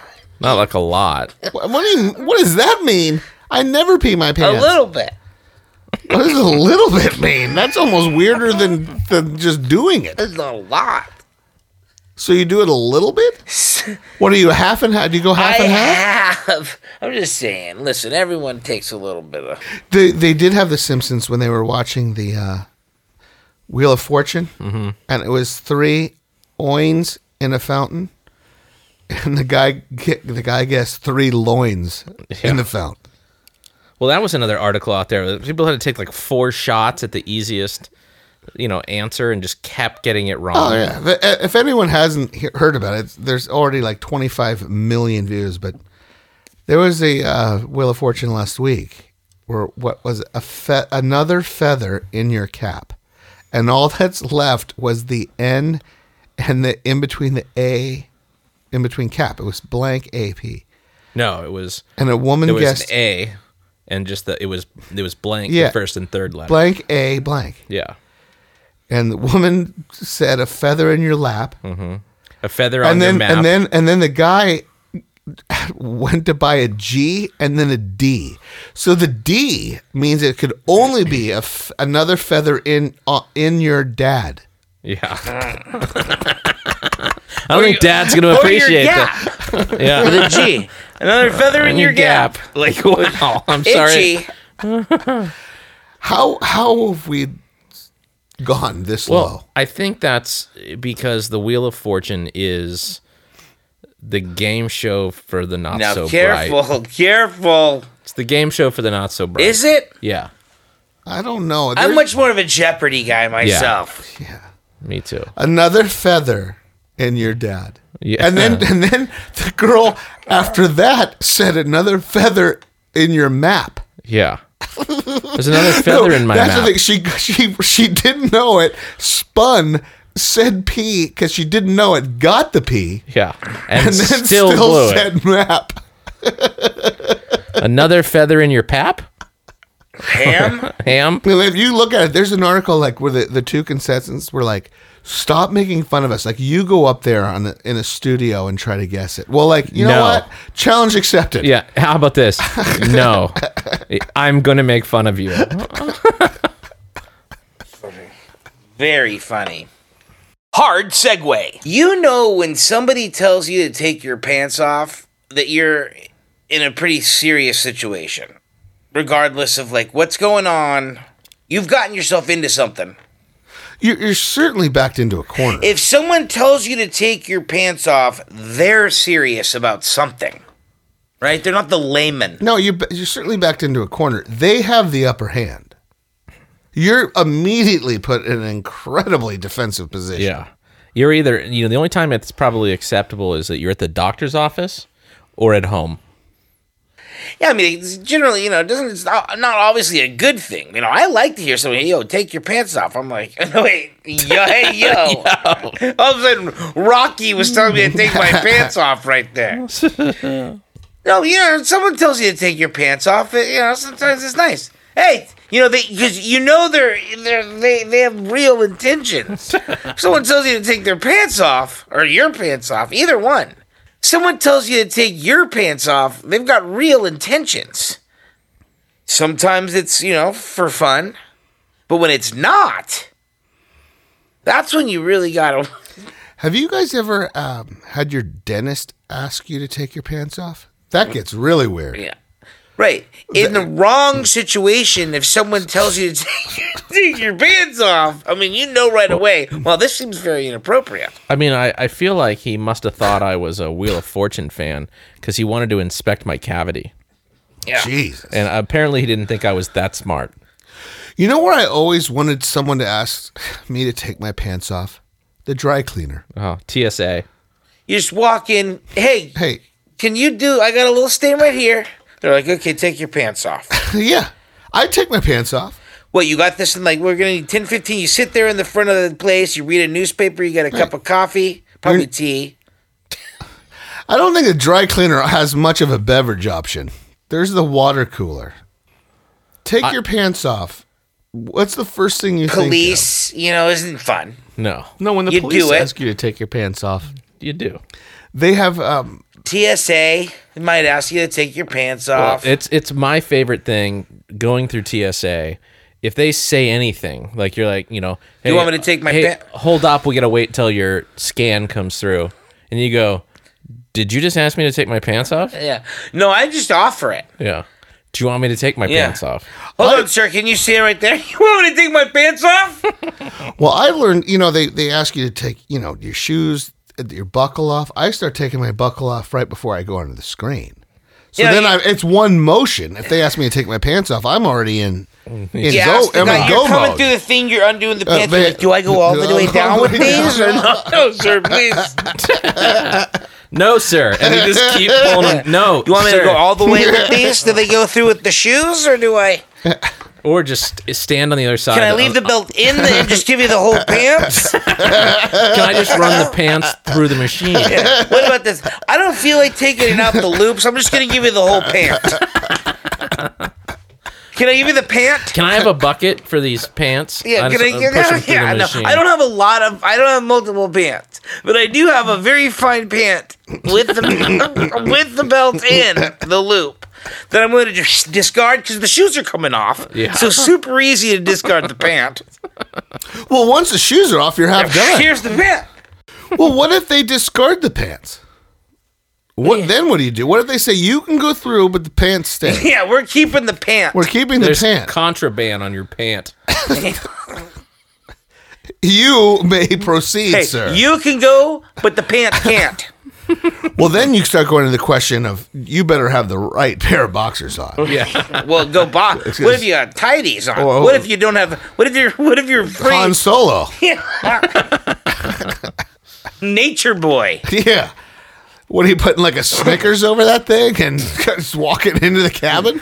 [SPEAKER 2] Not like a lot.
[SPEAKER 3] What, what do you? What does that mean? I never pee my
[SPEAKER 4] a
[SPEAKER 3] pants.
[SPEAKER 4] little bit.
[SPEAKER 3] What does a little bit mean? That's almost weirder than than just doing it.
[SPEAKER 4] That's not a lot.
[SPEAKER 3] So you do it a little bit. What are you half and half? Do you go half
[SPEAKER 4] I
[SPEAKER 3] and half?
[SPEAKER 4] have. I'm just saying. Listen, everyone takes a little bit of.
[SPEAKER 3] They they did have The Simpsons when they were watching the uh, Wheel of Fortune, mm-hmm. and it was three oins in a fountain, and the guy ge- the guy guessed three loins in the fountain.
[SPEAKER 2] Well, that was another article out there. People had to take like four shots at the easiest, you know, answer and just kept getting it wrong.
[SPEAKER 3] Oh yeah. If- If anyone hasn't he- heard about it, there's already like 25 million views. But there was a uh, Wheel of Fortune last week, where what was a fe- another feather in your cap, and all that's left was the N, and the in between the A, in between cap. It was blank AP,
[SPEAKER 2] No, it was
[SPEAKER 3] and a woman
[SPEAKER 2] there was
[SPEAKER 3] guessed
[SPEAKER 2] an A, and just the it was it was blank the
[SPEAKER 3] Yeah.
[SPEAKER 2] first and third letter.
[SPEAKER 3] blank A blank,
[SPEAKER 2] Yeah,
[SPEAKER 3] and the woman said a feather in your lap.
[SPEAKER 2] a feather on
[SPEAKER 3] and
[SPEAKER 2] your
[SPEAKER 3] then
[SPEAKER 2] map.
[SPEAKER 3] and then and then the guy went to buy a G and then a D. So the D means it could only be a f- another feather in uh, in your dad.
[SPEAKER 2] yeah. I don't think Dad's going to appreciate that. Yeah,
[SPEAKER 4] The G. Another feather in your gap.
[SPEAKER 2] Like wow, I'm sorry.
[SPEAKER 4] Itchy.
[SPEAKER 3] How how have we gone this
[SPEAKER 2] Well, I think that's because the Wheel of Fortune is the game show for the not
[SPEAKER 4] Now,
[SPEAKER 2] so
[SPEAKER 4] careful,
[SPEAKER 2] bright.
[SPEAKER 4] careful.
[SPEAKER 2] It's the game show for the not so bright.
[SPEAKER 4] Is it?
[SPEAKER 2] yeah,
[SPEAKER 3] low? I don't know.
[SPEAKER 4] I'm
[SPEAKER 3] There's
[SPEAKER 4] much more of a Jeopardy guy myself.
[SPEAKER 2] me too.
[SPEAKER 3] another feather in your dad.
[SPEAKER 2] Yeah.
[SPEAKER 3] And then and then the girl after that said another feather in your map.
[SPEAKER 2] Yeah. There's another feather
[SPEAKER 3] No,
[SPEAKER 2] in my
[SPEAKER 3] Oh, that's
[SPEAKER 2] map.
[SPEAKER 3] the thing. She she she didn't know it. Spun said P because she didn't know it. Got the P
[SPEAKER 2] Yeah.
[SPEAKER 3] and
[SPEAKER 2] And,
[SPEAKER 3] then still,
[SPEAKER 2] still, blew it.
[SPEAKER 3] said map.
[SPEAKER 2] Another feather in your pap?
[SPEAKER 4] Ham?
[SPEAKER 2] Ham?
[SPEAKER 3] I mean, if you look at it, there's an article like where the, the two contestants were like, "Stop making fun of us." Like you go up there on the, in a studio and try to guess it. Well, like you
[SPEAKER 2] No.
[SPEAKER 3] know what? Challenge accepted.
[SPEAKER 2] Yeah. How about this? No. I'm going to make fun of you.
[SPEAKER 4] Very funny.
[SPEAKER 1] Hard segue.
[SPEAKER 4] You know when somebody tells you to take your pants off that you're in a pretty serious situation. regardless of like what's going on. You've gotten yourself into something.
[SPEAKER 3] You're, you're certainly backed into a corner.
[SPEAKER 4] If someone tells you to take your pants off, they're serious about something, right? They're not the layman.
[SPEAKER 3] no, you're, ba- you're certainly backed into a corner. They have the upper hand. You're immediately put in an incredibly defensive position.
[SPEAKER 2] Yeah. You're either, you know, the only time it's probably acceptable is that you're at the doctor's office or at home.
[SPEAKER 4] Yeah, I mean, it's generally, you know, it doesn't it's not, not obviously a good thing. You know, I like to hear someone, "Hey, yo, take your pants off. I'm like, no, wait, yo, hey, yo. All of a sudden, Rocky was telling me to take my pants off right there. no, you know, someone tells you to take your pants off. It, you know, sometimes it's nice. Hey, you know, they because you know they're, they're they they have real intentions. someone tells you to take their pants off or your pants off, either one. Someone tells you to take your pants off, they've got real intentions. Sometimes it's, you know, for fun. But when it's not, that's when you really gotta.
[SPEAKER 3] Have you guys ever um, had your dentist ask you to take your pants off? That gets really weird.
[SPEAKER 4] Mm. Yeah. Right. In the Mm. wrong situation, if someone tells you to take your, take your pants off, I mean, you know right away, well, this seems very inappropriate.
[SPEAKER 2] I mean, I, I feel like he must have thought I was a Wheel of Fortune fan because he wanted to inspect my cavity.
[SPEAKER 4] Yeah.
[SPEAKER 3] Jesus.
[SPEAKER 2] And apparently he didn't think I was that smart.
[SPEAKER 3] You know where I always wanted someone to ask me to take my pants off? The dry cleaner.
[SPEAKER 2] Oh, TSA.
[SPEAKER 4] You just walk in, hey,
[SPEAKER 3] Hey,
[SPEAKER 4] can you do, I got a little stain right here. They're like, okay, take your pants off.
[SPEAKER 3] yeah, I take my pants off.
[SPEAKER 4] What you got this in like we're gonna need 10, 15. You sit there in the front of the place, you read a newspaper, you get a cup of coffee, probably
[SPEAKER 3] You're-
[SPEAKER 4] tea.
[SPEAKER 3] I don't think a dry cleaner has much of a beverage option. There's the water cooler. Take your pants off. What's the first thing you think?
[SPEAKER 4] Police, you know, isn't fun.
[SPEAKER 2] No,
[SPEAKER 5] No, when the
[SPEAKER 4] You
[SPEAKER 5] police
[SPEAKER 4] do it.
[SPEAKER 5] ask you to take your pants off,
[SPEAKER 2] you do.
[SPEAKER 3] of? They have um,
[SPEAKER 4] TSA might ask you to take your pants off.
[SPEAKER 2] It's it's my favorite thing going through TSA. If they say anything, like you're like, you know, hey,
[SPEAKER 4] want me to take my
[SPEAKER 2] hey,
[SPEAKER 4] pa-
[SPEAKER 2] hold up, we gotta wait till your scan comes through, and you go, did you just ask me to take my pants off?
[SPEAKER 4] yeah. No, I just offer it.
[SPEAKER 2] Yeah. Do you want me to take my
[SPEAKER 4] Yeah.
[SPEAKER 2] pants off?
[SPEAKER 4] Hold on, sir. Can you stand right there? You want me to take my pants off?
[SPEAKER 3] Well, I've learned, you know, they, they ask you to take, you know, your shoes, your buckle off. I start taking my buckle off right before I go onto the screen. So
[SPEAKER 4] Yeah,
[SPEAKER 3] then
[SPEAKER 4] you-
[SPEAKER 3] I, it's one motion. If they ask me to take my pants off, I'm already in, in
[SPEAKER 4] Yeah,
[SPEAKER 3] go, I'm
[SPEAKER 4] you're
[SPEAKER 3] in go
[SPEAKER 4] coming
[SPEAKER 3] mode. Uh,
[SPEAKER 4] through the thing, you're undoing the pants.
[SPEAKER 3] but-
[SPEAKER 4] you're like, do I go all
[SPEAKER 3] do
[SPEAKER 4] the
[SPEAKER 3] I
[SPEAKER 4] way
[SPEAKER 3] go
[SPEAKER 4] down
[SPEAKER 3] all
[SPEAKER 4] with
[SPEAKER 3] the way
[SPEAKER 4] these? Or no? no, sir, please.
[SPEAKER 2] No, sir. And they just keep pulling. them. No,
[SPEAKER 4] You want me
[SPEAKER 2] sir.
[SPEAKER 4] to go all the way with these? Do they go through with the shoes, or do I?
[SPEAKER 2] or just stand on the other side?
[SPEAKER 4] Can I
[SPEAKER 2] of-
[SPEAKER 4] leave the belt in the, and just give you the whole pants?
[SPEAKER 2] Can I just run the pants through the machine?
[SPEAKER 4] What about this? I don't feel like taking it out the loops. I'm just gonna give you the whole pant. Can I give you the pant?
[SPEAKER 2] Can I have a bucket for these pants?
[SPEAKER 4] Yeah,
[SPEAKER 2] I
[SPEAKER 4] can I
[SPEAKER 2] just-
[SPEAKER 4] get
[SPEAKER 2] push them
[SPEAKER 4] that?
[SPEAKER 2] through
[SPEAKER 4] Yeah,
[SPEAKER 2] the
[SPEAKER 4] I know.
[SPEAKER 2] machine.
[SPEAKER 4] I don't have a lot of. I don't have multiple pants, but I do have a very fine pant with the with the belt in the loop that I'm going to just discard because the shoes are coming off.
[SPEAKER 2] Yeah.
[SPEAKER 4] So super easy to discard the pant.
[SPEAKER 3] Well, once the shoes are off, you're half done.
[SPEAKER 4] Here's the pant.
[SPEAKER 3] well, what if they discard the pants? What Then what do you do? What if they say you can go through, but the pants stay?
[SPEAKER 4] Yeah, we're keeping the pant.
[SPEAKER 3] We're keeping
[SPEAKER 2] There's
[SPEAKER 3] the pants.
[SPEAKER 2] contraband on your pant.
[SPEAKER 3] you may proceed,
[SPEAKER 4] Hey,
[SPEAKER 3] sir.
[SPEAKER 4] you can go, but the pant can't.
[SPEAKER 3] well, then you start going to the question of you better have the right pair of boxers on.
[SPEAKER 2] Yeah.
[SPEAKER 4] Well, go buy. What if you got tidies
[SPEAKER 2] Oh,
[SPEAKER 4] on?
[SPEAKER 3] Whoa.
[SPEAKER 4] What if you don't have? What if you're? What if you're free?
[SPEAKER 3] Han Solo.
[SPEAKER 4] Nature boy.
[SPEAKER 3] Yeah. What are you putting like a Snickers over that thing and just walking into the cabin?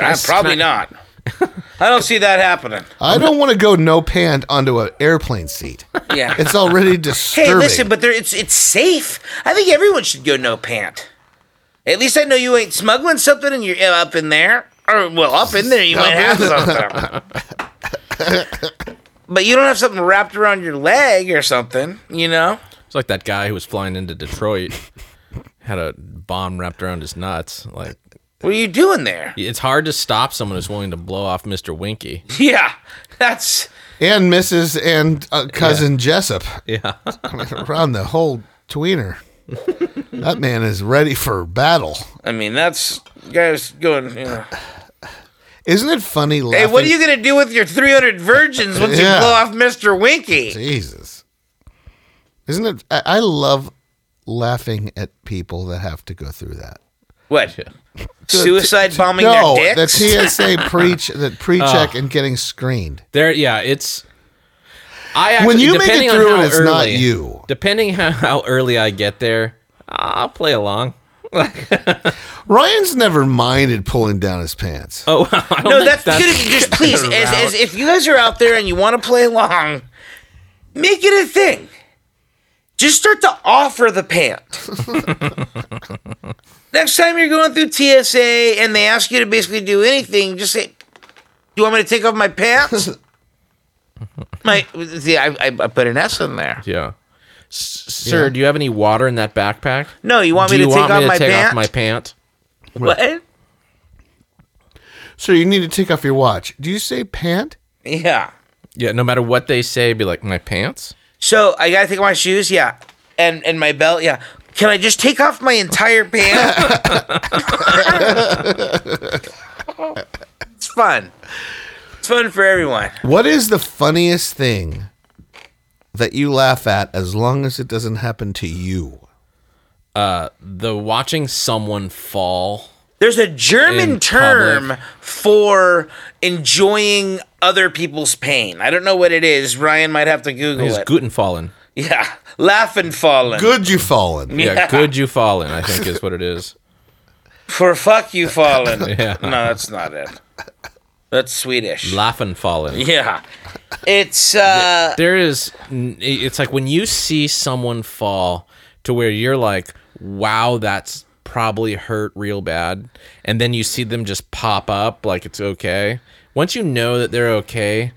[SPEAKER 4] Uh, probably not. Uh, I don't see that happening.
[SPEAKER 3] I don't want to go no pant onto an airplane seat.
[SPEAKER 4] Yeah.
[SPEAKER 3] It's already
[SPEAKER 4] hey,
[SPEAKER 3] disturbing.
[SPEAKER 4] listen, but there, it's it's safe. I think everyone should go no pant. At least I know you ain't smuggling something, and you're up in there, or well, up in there you might have something. But you don't have something wrapped around your leg or something, you know?
[SPEAKER 2] It's like that guy who was flying into Detroit had a bomb wrapped around his nuts. Like
[SPEAKER 4] What are you doing there?
[SPEAKER 2] it's hard to stop someone who's willing to blow off Mr. Winky.
[SPEAKER 4] Yeah, that's
[SPEAKER 3] and Mrs. and uh, cousin Jessup
[SPEAKER 2] Yeah.
[SPEAKER 3] around the whole tweener. that man is ready for battle.
[SPEAKER 4] I mean, that's guys going. You know,
[SPEAKER 3] Isn't it funny? Laughing?
[SPEAKER 4] Hey, what are you gonna do with your 300 virgins once
[SPEAKER 3] Yeah.
[SPEAKER 4] you blow off Mr. Winky?
[SPEAKER 3] Jesus. Isn't it? I, I love laughing at people that have to go through that.
[SPEAKER 4] What? Suicide bombing
[SPEAKER 3] no,
[SPEAKER 4] their
[SPEAKER 3] the
[SPEAKER 4] dicks?
[SPEAKER 3] TSA preach that pre-check and getting screened.
[SPEAKER 2] There, yeah, it's. I actually,
[SPEAKER 3] When you make it
[SPEAKER 2] depending on
[SPEAKER 3] through
[SPEAKER 2] how
[SPEAKER 3] it, it's not
[SPEAKER 2] early-
[SPEAKER 3] you.
[SPEAKER 2] Depending how, how early I get there, I'll play along.
[SPEAKER 3] Ryan's never minded pulling down his pants.
[SPEAKER 2] Oh, I don't
[SPEAKER 4] No,
[SPEAKER 2] think
[SPEAKER 4] that's,
[SPEAKER 2] that's
[SPEAKER 4] dude, just please,
[SPEAKER 2] the
[SPEAKER 4] as,
[SPEAKER 2] route.
[SPEAKER 4] as if you guys are out there and you want to play along, make it a thing. Just start to offer the pant. Next time you're going through TSA and they ask you to basically do anything, just say, "Do you want me to take off my pants?" my, see, I, I, I put an S in there.
[SPEAKER 2] yeah. S- Sir, do you have any water in that backpack?
[SPEAKER 4] No, you want me
[SPEAKER 2] Do
[SPEAKER 4] to
[SPEAKER 2] you
[SPEAKER 4] take
[SPEAKER 2] want
[SPEAKER 4] off
[SPEAKER 2] me to
[SPEAKER 4] my
[SPEAKER 2] take
[SPEAKER 4] pant?
[SPEAKER 2] off my pant?
[SPEAKER 4] what?
[SPEAKER 3] So you need to take off your watch. Do you say pant?
[SPEAKER 4] Yeah.
[SPEAKER 2] Yeah, no matter what they say, be like my pants.
[SPEAKER 4] So I gotta take off my shoes, yeah, and and my belt, yeah. Can I just take off my entire pant? it's fun. It's fun for everyone.
[SPEAKER 3] What is the funniest thing that you laugh at as long as it doesn't happen to you?
[SPEAKER 2] The watching someone fall.
[SPEAKER 4] There's a German
[SPEAKER 2] In
[SPEAKER 4] term
[SPEAKER 2] public.
[SPEAKER 4] for enjoying other people's pain. I don't know what it is. Ryan might have to Google
[SPEAKER 2] Is
[SPEAKER 4] it.
[SPEAKER 2] Guten fallen.
[SPEAKER 4] yeah, laugh and fallen.
[SPEAKER 3] Good you fallen.
[SPEAKER 2] Yeah, good you fallen, I think is what it is.
[SPEAKER 4] For fuck you fallen.
[SPEAKER 2] Yeah.
[SPEAKER 4] No, that's not it. That's Swedish.
[SPEAKER 2] Laughing fallen.
[SPEAKER 4] yeah. It's uh
[SPEAKER 2] There is n- it's like when you see someone fall to where you're like, "Wow, that's probably hurt real bad." And then you see them just pop up like it's okay. Once you know that they're okay,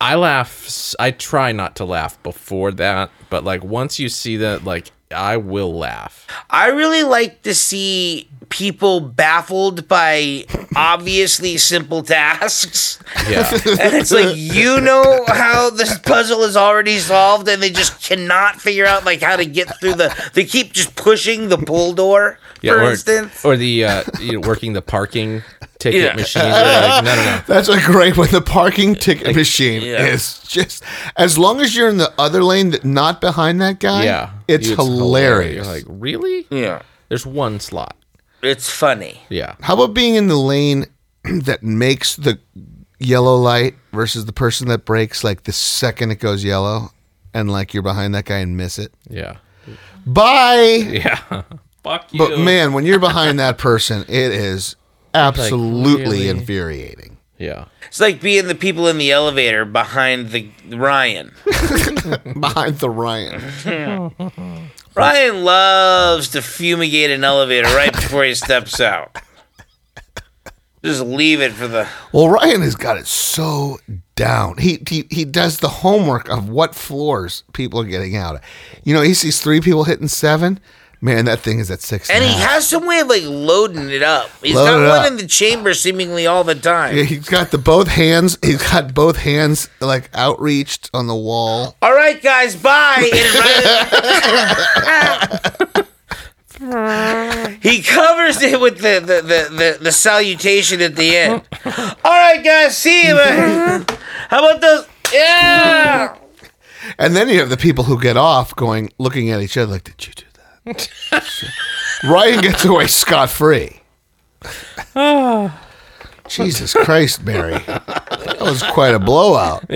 [SPEAKER 2] I laugh s- I try not to laugh before that, but like once you see that like I will laugh.
[SPEAKER 4] I really like to see people baffled by obviously simple tasks.
[SPEAKER 2] Yeah.
[SPEAKER 4] And it's like you know how this puzzle is already solved and they just cannot figure out like how to get through the they keep just pushing the pull door, for
[SPEAKER 2] or,
[SPEAKER 4] instance.
[SPEAKER 2] or the uh, you know, working the parking ticket
[SPEAKER 4] Yeah.
[SPEAKER 2] machine. You're like, no, no, no.
[SPEAKER 3] That's a great one. The parking ticket machine
[SPEAKER 4] yeah.
[SPEAKER 3] is just as long as you're in the other lane, that not behind that guy.
[SPEAKER 2] Yeah,
[SPEAKER 3] it's,
[SPEAKER 2] You-
[SPEAKER 3] hilarious.
[SPEAKER 2] You're like, really?
[SPEAKER 4] Yeah.
[SPEAKER 2] There's one slot.
[SPEAKER 4] It's funny.
[SPEAKER 2] Yeah,
[SPEAKER 3] How about being in the lane that makes the yellow light versus the person that breaks like the second it goes yellow, and like you're behind that guy and miss it?
[SPEAKER 2] yeah,
[SPEAKER 3] Bye.
[SPEAKER 2] yeah. Fuck you.
[SPEAKER 3] But man, when you're behind that person, it is absolutely
[SPEAKER 2] really?
[SPEAKER 3] infuriating.
[SPEAKER 2] yeah,
[SPEAKER 4] It's like being the people in the elevator behind the Ryan.
[SPEAKER 3] Behind the Ryan.
[SPEAKER 4] Ryan loves to fumigate an elevator right before he steps out. Just leave it for the
[SPEAKER 3] Well, Ryan has got it so down. He, he he does the homework of what floors people are getting out. Of. You know, he sees three people hitting seven. Man, that thing is at six.
[SPEAKER 4] And
[SPEAKER 3] now.
[SPEAKER 4] he has some way of like loading it up. He's
[SPEAKER 3] Load it
[SPEAKER 4] got one
[SPEAKER 3] up.
[SPEAKER 4] in the chamber seemingly all the time.
[SPEAKER 3] Yeah, he's got the both hands. He's got both hands like outreached on the wall.
[SPEAKER 4] All right, guys, bye. And right- he covers it with the the, the, the the salutation at the end. All right, guys, see you. man. How about those? Yeah.
[SPEAKER 3] And then you have the people who get off going looking at each other like, "Did you do that?" Ryan gets away scot free. Jesus Christ, Mary, that was quite a blowout.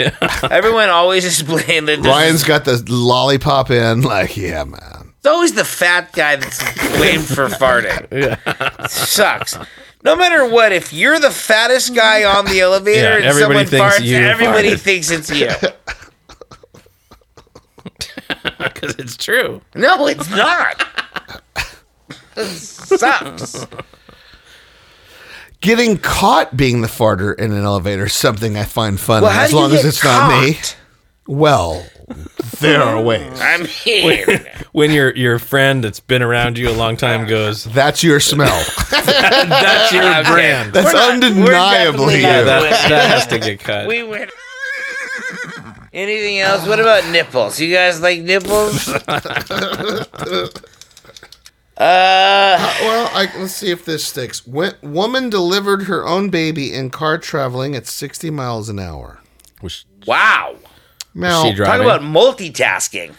[SPEAKER 4] Everyone always is blaming the.
[SPEAKER 3] Ryan's got the lollipop in, like, yeah, man.
[SPEAKER 4] It's always the fat guy that's blamed for farting. Sucks. No matter what, if you're the fattest guy on the elevator
[SPEAKER 2] Yeah,
[SPEAKER 4] and someone
[SPEAKER 2] everybody thinks
[SPEAKER 4] farts,
[SPEAKER 2] you
[SPEAKER 4] everybody
[SPEAKER 2] farted.
[SPEAKER 4] thinks it's you.
[SPEAKER 2] because it's true.
[SPEAKER 4] No, it's not. Sucks.
[SPEAKER 3] Getting caught being the farter in an elevator is something I find funny,
[SPEAKER 4] Well, how
[SPEAKER 3] as
[SPEAKER 4] do you
[SPEAKER 3] long as
[SPEAKER 4] get
[SPEAKER 3] it's not me.
[SPEAKER 4] caught?
[SPEAKER 3] Well, there are ways.
[SPEAKER 4] I'm here.
[SPEAKER 2] When your your friend that's been around you a long time goes,
[SPEAKER 3] That's your smell.
[SPEAKER 2] that's your brand.
[SPEAKER 3] That's
[SPEAKER 4] We're not- we're
[SPEAKER 3] undeniably
[SPEAKER 4] definitely
[SPEAKER 3] you.
[SPEAKER 4] not
[SPEAKER 2] That, that has to get cut.
[SPEAKER 4] We win. Anything else? What about nipples? You guys like nipples?
[SPEAKER 3] Well, I, let's see if this sticks. Wo- woman delivered her own baby in car traveling at 60 miles an hour.
[SPEAKER 2] Was
[SPEAKER 4] Wow.
[SPEAKER 3] Now,
[SPEAKER 2] she
[SPEAKER 4] Talk
[SPEAKER 2] driving?
[SPEAKER 4] about multitasking.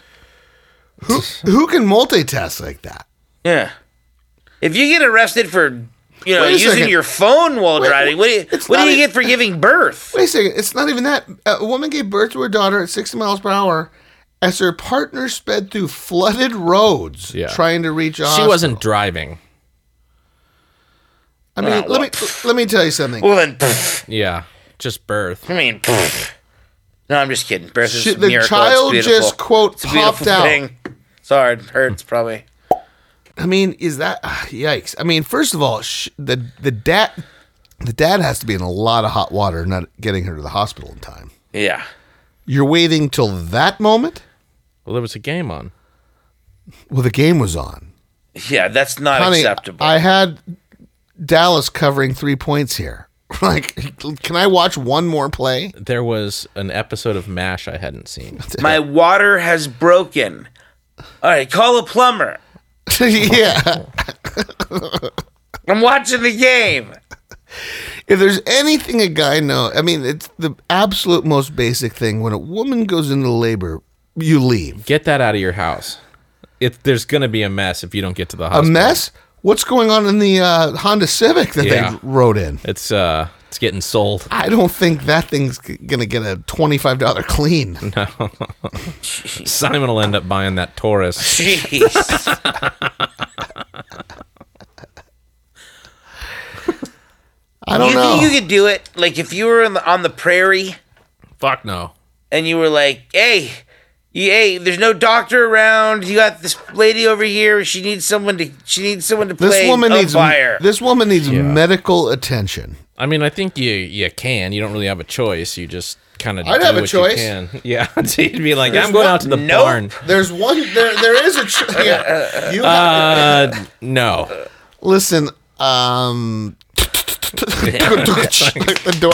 [SPEAKER 3] who, who can multitask like that?
[SPEAKER 4] Yeah. If you get arrested for, you know,
[SPEAKER 3] Wait a
[SPEAKER 4] using
[SPEAKER 3] second.
[SPEAKER 4] your phone while driving, what do you,
[SPEAKER 3] it's
[SPEAKER 4] what do
[SPEAKER 3] not
[SPEAKER 4] you
[SPEAKER 3] e-
[SPEAKER 4] get for giving birth?
[SPEAKER 3] Wait a second. It's not even that. A woman gave birth to her daughter at 60 miles per hour as her partner sped through flooded roads
[SPEAKER 2] Yeah.
[SPEAKER 3] trying to reach a
[SPEAKER 2] she
[SPEAKER 3] hospital.
[SPEAKER 2] wasn't driving.
[SPEAKER 3] I mean, let me let me tell you something.
[SPEAKER 4] Well, then, pff,
[SPEAKER 2] Yeah, just birth.
[SPEAKER 4] I mean, pff. no, I'm just kidding. Birth is
[SPEAKER 3] She-
[SPEAKER 4] a
[SPEAKER 3] the
[SPEAKER 4] miracle.
[SPEAKER 3] child
[SPEAKER 4] it's beautiful.
[SPEAKER 3] just quote
[SPEAKER 4] it's a
[SPEAKER 3] popped
[SPEAKER 4] beautiful
[SPEAKER 3] out.
[SPEAKER 4] thing. Sorry, it hurts probably.
[SPEAKER 3] I mean, is that ah, yikes? I mean, first of all, sh- the the dad the dad has to be in a lot of hot water not getting her to the hospital in time.
[SPEAKER 4] Yeah.
[SPEAKER 3] You're waiting till that moment?
[SPEAKER 2] Well, there was a game on.
[SPEAKER 3] Well, the game was on.
[SPEAKER 4] Yeah, that's not
[SPEAKER 3] Honey,
[SPEAKER 4] acceptable.
[SPEAKER 3] I had Dallas covering 3 points here. Like, can I watch one more play?
[SPEAKER 2] There was an episode of MASH I hadn't seen.
[SPEAKER 4] My water has broken. All right, call a plumber.
[SPEAKER 3] yeah.
[SPEAKER 4] I'm watching the game.
[SPEAKER 3] If there's anything a guy know, I mean, it's the absolute most basic thing when a woman goes into labor, you leave.
[SPEAKER 2] Get that out of your house. If there's gonna be a mess if you don't get to the
[SPEAKER 3] a
[SPEAKER 2] hospital.
[SPEAKER 3] mess. What's going on in the uh, Honda Civic that
[SPEAKER 2] Yeah.
[SPEAKER 3] they rode in?
[SPEAKER 2] It's uh, it's getting sold.
[SPEAKER 3] I don't think that thing's g- gonna get a twenty-five dollar clean.
[SPEAKER 2] Simon will end up buying that Taurus.
[SPEAKER 4] Jeez.
[SPEAKER 3] I don't
[SPEAKER 4] you
[SPEAKER 3] know.
[SPEAKER 4] think you could do it? Like if you were in the, on the prairie
[SPEAKER 2] Fuck no.
[SPEAKER 4] and you were like, "Hey, you, hey, there's no doctor around. You got this lady over here. She needs someone to. She needs someone to play
[SPEAKER 3] this woman needs
[SPEAKER 4] umpire."
[SPEAKER 3] this woman needs medical attention.
[SPEAKER 2] I mean, I think you you can. You don't really have a choice. You just kind of.
[SPEAKER 3] I'd have a choice.
[SPEAKER 2] Yeah, so you'd be like,
[SPEAKER 4] There's
[SPEAKER 2] I'm going
[SPEAKER 4] one-
[SPEAKER 2] out to the
[SPEAKER 4] Nope.
[SPEAKER 2] barn.
[SPEAKER 3] There's one. There, there is a. Tr- yeah. You have-
[SPEAKER 2] Uh, no.
[SPEAKER 3] listen. Um. the door.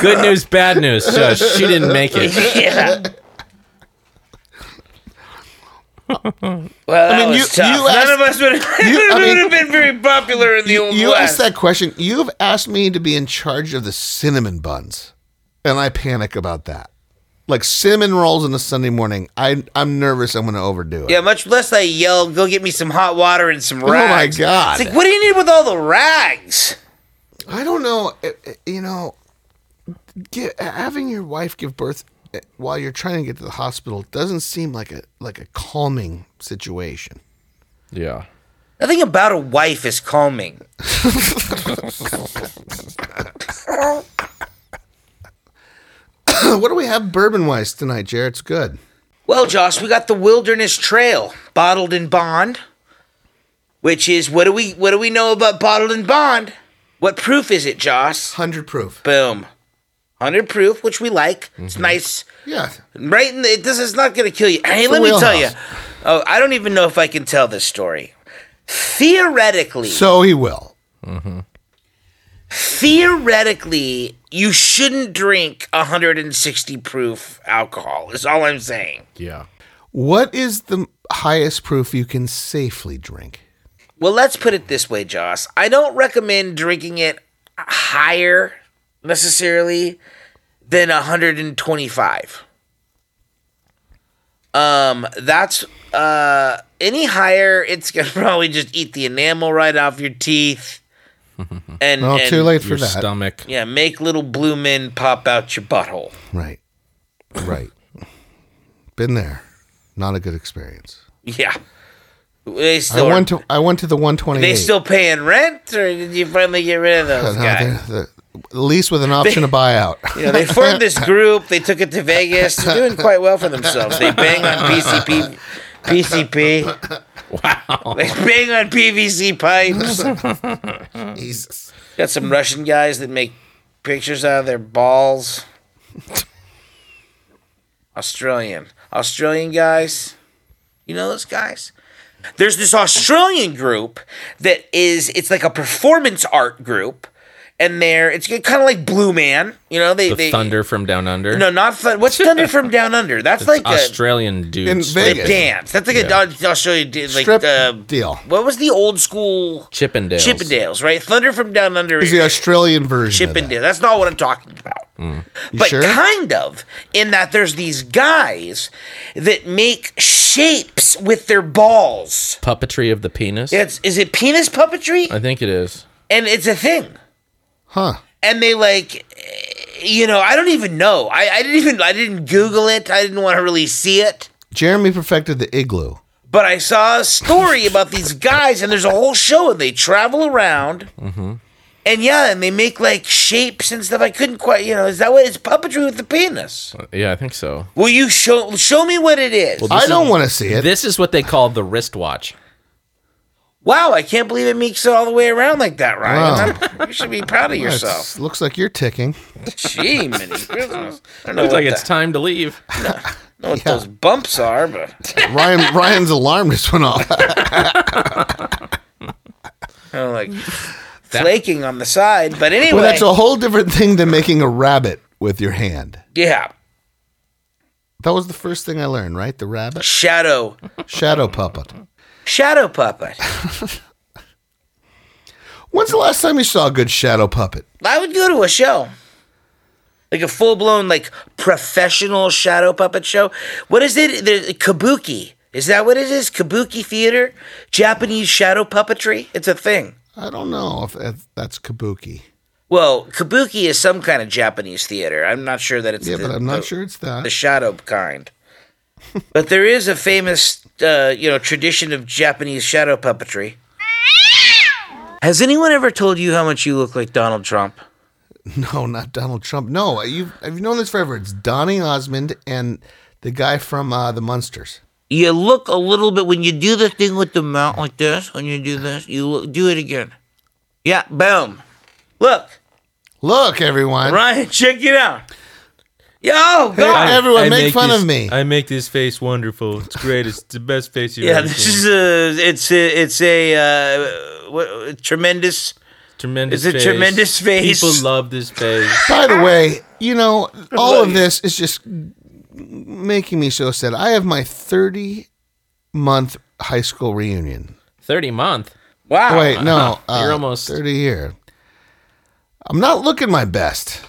[SPEAKER 2] Good news, bad news. So she didn't make it.
[SPEAKER 4] yeah. well, that
[SPEAKER 3] mean,
[SPEAKER 4] was
[SPEAKER 3] you-
[SPEAKER 4] tough.
[SPEAKER 3] you
[SPEAKER 4] None
[SPEAKER 3] asked-
[SPEAKER 4] of us would,
[SPEAKER 3] you- I mean,
[SPEAKER 4] would have been very popular in the old
[SPEAKER 3] You
[SPEAKER 4] West.
[SPEAKER 3] asked that question. You've asked me to be in charge of the cinnamon buns, and I panic about that. Like cinnamon rolls on a Sunday morning, I I'm nervous. I'm going to overdo it.
[SPEAKER 4] yeah, much less I yell, "Go get me some hot water and some
[SPEAKER 3] Oh my
[SPEAKER 4] rags."
[SPEAKER 3] God.
[SPEAKER 4] It's like, what do you need with all the rags?
[SPEAKER 3] I don't know. it- it- You know, get, having your wife give birth eh, while you're trying to get to the hospital doesn't seem like a like a calming situation.
[SPEAKER 2] Yeah.
[SPEAKER 4] Nothing about a wife is calming.
[SPEAKER 3] what do we have bourbon wise tonight, Jared? It's good.
[SPEAKER 4] Well, Josh, we got the Wilderness Trail, bottled in bond, which is what do we what do we know about bottled in bond? What proof is it, Josh?
[SPEAKER 3] Hundred proof.
[SPEAKER 4] Boom, hundred proof, which we like.
[SPEAKER 3] Mm-hmm.
[SPEAKER 4] It's nice,
[SPEAKER 3] Yeah.
[SPEAKER 4] right? In the, it does. It's not going to kill you. Hey, let
[SPEAKER 3] the
[SPEAKER 4] me tell you.
[SPEAKER 3] wheelhouse.
[SPEAKER 4] Oh, I don't even know if I can tell this story. Theoretically,
[SPEAKER 3] So he will.
[SPEAKER 4] theoretically, you shouldn't drink 160 proof alcohol. Is all I'm saying.
[SPEAKER 2] Yeah.
[SPEAKER 3] What is the highest proof you can safely drink?
[SPEAKER 4] Well, let's put it this way, Joss. I don't recommend drinking it higher necessarily than 125. Um, that's uh any higher, it's gonna probably just eat the enamel right off your teeth. And,
[SPEAKER 3] Well,
[SPEAKER 4] and,
[SPEAKER 3] too late for
[SPEAKER 2] Your
[SPEAKER 3] that.
[SPEAKER 2] stomach.
[SPEAKER 4] Yeah, make little blue men pop out your butthole.
[SPEAKER 3] Right. Right. Been there. Not a good experience.
[SPEAKER 4] Yeah. They
[SPEAKER 3] I
[SPEAKER 4] still,
[SPEAKER 3] went to I went to the 128.
[SPEAKER 4] they still paying rent, or did you finally get rid of
[SPEAKER 3] No,
[SPEAKER 4] those guys?
[SPEAKER 3] the, the lease with an option to buy out.
[SPEAKER 4] You know, they formed this group. They took it to Vegas. They're doing quite well for themselves. They bang on PCP, PCP. Wow. They bang on PVC pipes.
[SPEAKER 3] Jesus.
[SPEAKER 4] Got some Russian guys that make pictures out of their balls. Australian, Australian guys. You know those guys. There's this Australian group that is. It's like a performance art group. and they're it's kind of like Blue Man. You know, they
[SPEAKER 2] The
[SPEAKER 4] they
[SPEAKER 2] thunder from down under.
[SPEAKER 4] No, not thunder. What's thunder from down under? That's like a,
[SPEAKER 2] Australian
[SPEAKER 3] Vegas.
[SPEAKER 2] dudes.
[SPEAKER 4] a
[SPEAKER 3] Vegas.
[SPEAKER 4] dance. That's like
[SPEAKER 2] Yeah.
[SPEAKER 4] a I'll show you dude, like
[SPEAKER 3] Strip
[SPEAKER 4] the
[SPEAKER 3] deal.
[SPEAKER 4] What was the old school
[SPEAKER 2] Chippendales.
[SPEAKER 4] Chippendales? Right, thunder from down under
[SPEAKER 3] It's the Australian version. Of that.
[SPEAKER 4] Chippendale. That's not what I'm talking about.
[SPEAKER 2] Mm.
[SPEAKER 3] You
[SPEAKER 4] But
[SPEAKER 3] sure?
[SPEAKER 4] kind of in that there's these guys that make shapes with their balls.
[SPEAKER 2] Puppetry of the penis.
[SPEAKER 4] It's is it penis puppetry?
[SPEAKER 2] I think it is.
[SPEAKER 4] and it's a thing.
[SPEAKER 3] Huh.
[SPEAKER 4] And they like, you know, I don't even know. I, I didn't even I didn't Google it. I didn't want to really see it.
[SPEAKER 3] Jeremy perfected the igloo.
[SPEAKER 4] But I saw a story about these guys, and there's a whole show, and they travel around.
[SPEAKER 2] Mm-hmm.
[SPEAKER 4] And yeah, and they make like shapes and stuff. I couldn't quite, you know, is that what it's puppetry with the penis?
[SPEAKER 2] Yeah, I think so.
[SPEAKER 4] Will you show show me what it is?
[SPEAKER 2] Well,
[SPEAKER 3] I
[SPEAKER 2] This
[SPEAKER 3] don't
[SPEAKER 2] is-
[SPEAKER 3] want to see it.
[SPEAKER 2] This is what they call the wristwatch.
[SPEAKER 4] wow, I can't believe it makes it all the way around like that, Ryan. You should be proud of
[SPEAKER 3] It's-
[SPEAKER 4] yourself.
[SPEAKER 3] looks like you're ticking.
[SPEAKER 4] Gee, many Christmas. I don't know
[SPEAKER 2] Looks
[SPEAKER 4] what
[SPEAKER 2] like it's
[SPEAKER 4] the-
[SPEAKER 2] time to leave.
[SPEAKER 4] know what those bumps are, but
[SPEAKER 3] Ryan Ryan's alarm just went off.
[SPEAKER 4] you know, like flaking on the side. But anyway,
[SPEAKER 3] well, that's a whole different thing than making a rabbit with your hand.
[SPEAKER 4] yeah,
[SPEAKER 3] That was the first thing I learned, right? The rabbit
[SPEAKER 4] shadow,
[SPEAKER 3] shadow puppet.
[SPEAKER 4] shadow puppet.
[SPEAKER 3] When's the last time you saw a good shadow puppet?
[SPEAKER 4] I would go to a show, like a full blown like professional shadow puppet show. What is it? The kabuki. Is that what it is? Kabuki theater, Japanese shadow puppetry. It's a thing.
[SPEAKER 3] I don't know if, if that's kabuki.
[SPEAKER 4] Well, kabuki is some kind of Japanese theater. I'm not sure that it's
[SPEAKER 3] Yeah,
[SPEAKER 4] the-
[SPEAKER 3] but I'm not
[SPEAKER 4] the-
[SPEAKER 3] sure it's
[SPEAKER 4] the
[SPEAKER 3] that.
[SPEAKER 4] shadow kind. but there is a famous, uh, you know, tradition of Japanese shadow puppetry. Has anyone ever told you how much you look like Donald Trump?
[SPEAKER 3] No, not Donald Trump. No, uh, you've I've known this forever. It's Donnie Osmond and the guy from uh, the Munsters.
[SPEAKER 4] You look a little bit when you do the thing with the mouth like this. When you do this, you look, do it again. Yeah, boom. Look,
[SPEAKER 3] Look, everyone.
[SPEAKER 4] Ryan, check it out. Yo, God.
[SPEAKER 3] everyone, make, fun of me.
[SPEAKER 5] I make this face wonderful. It's great. It's the best face you've
[SPEAKER 4] Yeah,
[SPEAKER 5] ever
[SPEAKER 4] this
[SPEAKER 5] seen.
[SPEAKER 4] is a. It's a. It's a. Uh, what, tremendous.
[SPEAKER 5] tremendous.
[SPEAKER 4] it's a
[SPEAKER 5] face.
[SPEAKER 4] tremendous face.
[SPEAKER 5] People love this face.
[SPEAKER 3] By the way, you know, all of this is just making me so sad. I have my 30 month high school reunion.
[SPEAKER 2] Thirty month.
[SPEAKER 4] Wow.
[SPEAKER 3] Wait, no.
[SPEAKER 2] Uh-huh. You're almost-
[SPEAKER 3] 30 year. I'm not looking my best.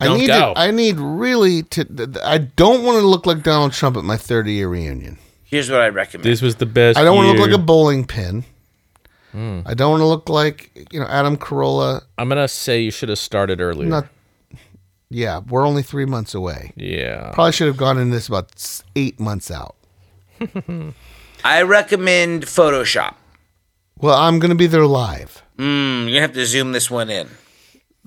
[SPEAKER 3] I
[SPEAKER 2] Don't
[SPEAKER 3] need
[SPEAKER 2] go.
[SPEAKER 3] To, I need really to th- th- I don't want to look like Donald Trump at my 30 year reunion.
[SPEAKER 4] Here's what I recommend.
[SPEAKER 5] This was the best.
[SPEAKER 3] I don't want to
[SPEAKER 5] year.
[SPEAKER 3] look like a bowling pin.
[SPEAKER 2] Hmm.
[SPEAKER 3] I don't want to look like, you know, Adam Carolla.
[SPEAKER 2] I'm gonna say you should have started earlier.
[SPEAKER 3] Not Yeah, we're only 3 months away.
[SPEAKER 2] yeah.
[SPEAKER 3] Probably should have gone into this about s- 8 months out.
[SPEAKER 4] I recommend Photoshop.
[SPEAKER 3] Well, I'm going to be there live.
[SPEAKER 4] Mm, You're gonna have to zoom this one in.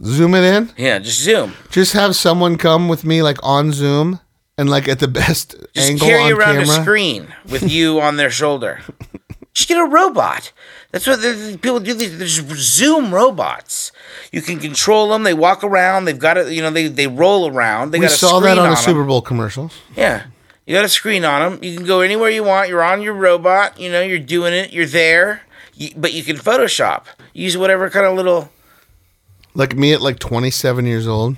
[SPEAKER 3] Zoom it in.
[SPEAKER 4] Yeah, just zoom.
[SPEAKER 3] Just have someone come with me, like on Zoom, and like at the best
[SPEAKER 4] Just
[SPEAKER 3] angle
[SPEAKER 4] carry
[SPEAKER 3] on
[SPEAKER 4] around
[SPEAKER 3] camera.
[SPEAKER 4] a screen with you on their shoulder. Just get a robot. That's what the, the people do. These there's Zoom robots. You can control them. They walk around. They've got it. You know, they they roll around. They
[SPEAKER 3] we
[SPEAKER 4] got a
[SPEAKER 3] saw
[SPEAKER 4] screen
[SPEAKER 3] that on,
[SPEAKER 4] on,
[SPEAKER 3] a
[SPEAKER 4] 'em.
[SPEAKER 3] Super Bowl commercial.
[SPEAKER 4] Yeah, you got a screen on them. You can go anywhere you want. You're on your robot. You know, you're doing it. You're there. You, but you can Photoshop. Use whatever kind of little.
[SPEAKER 3] Like me at like 27 years old.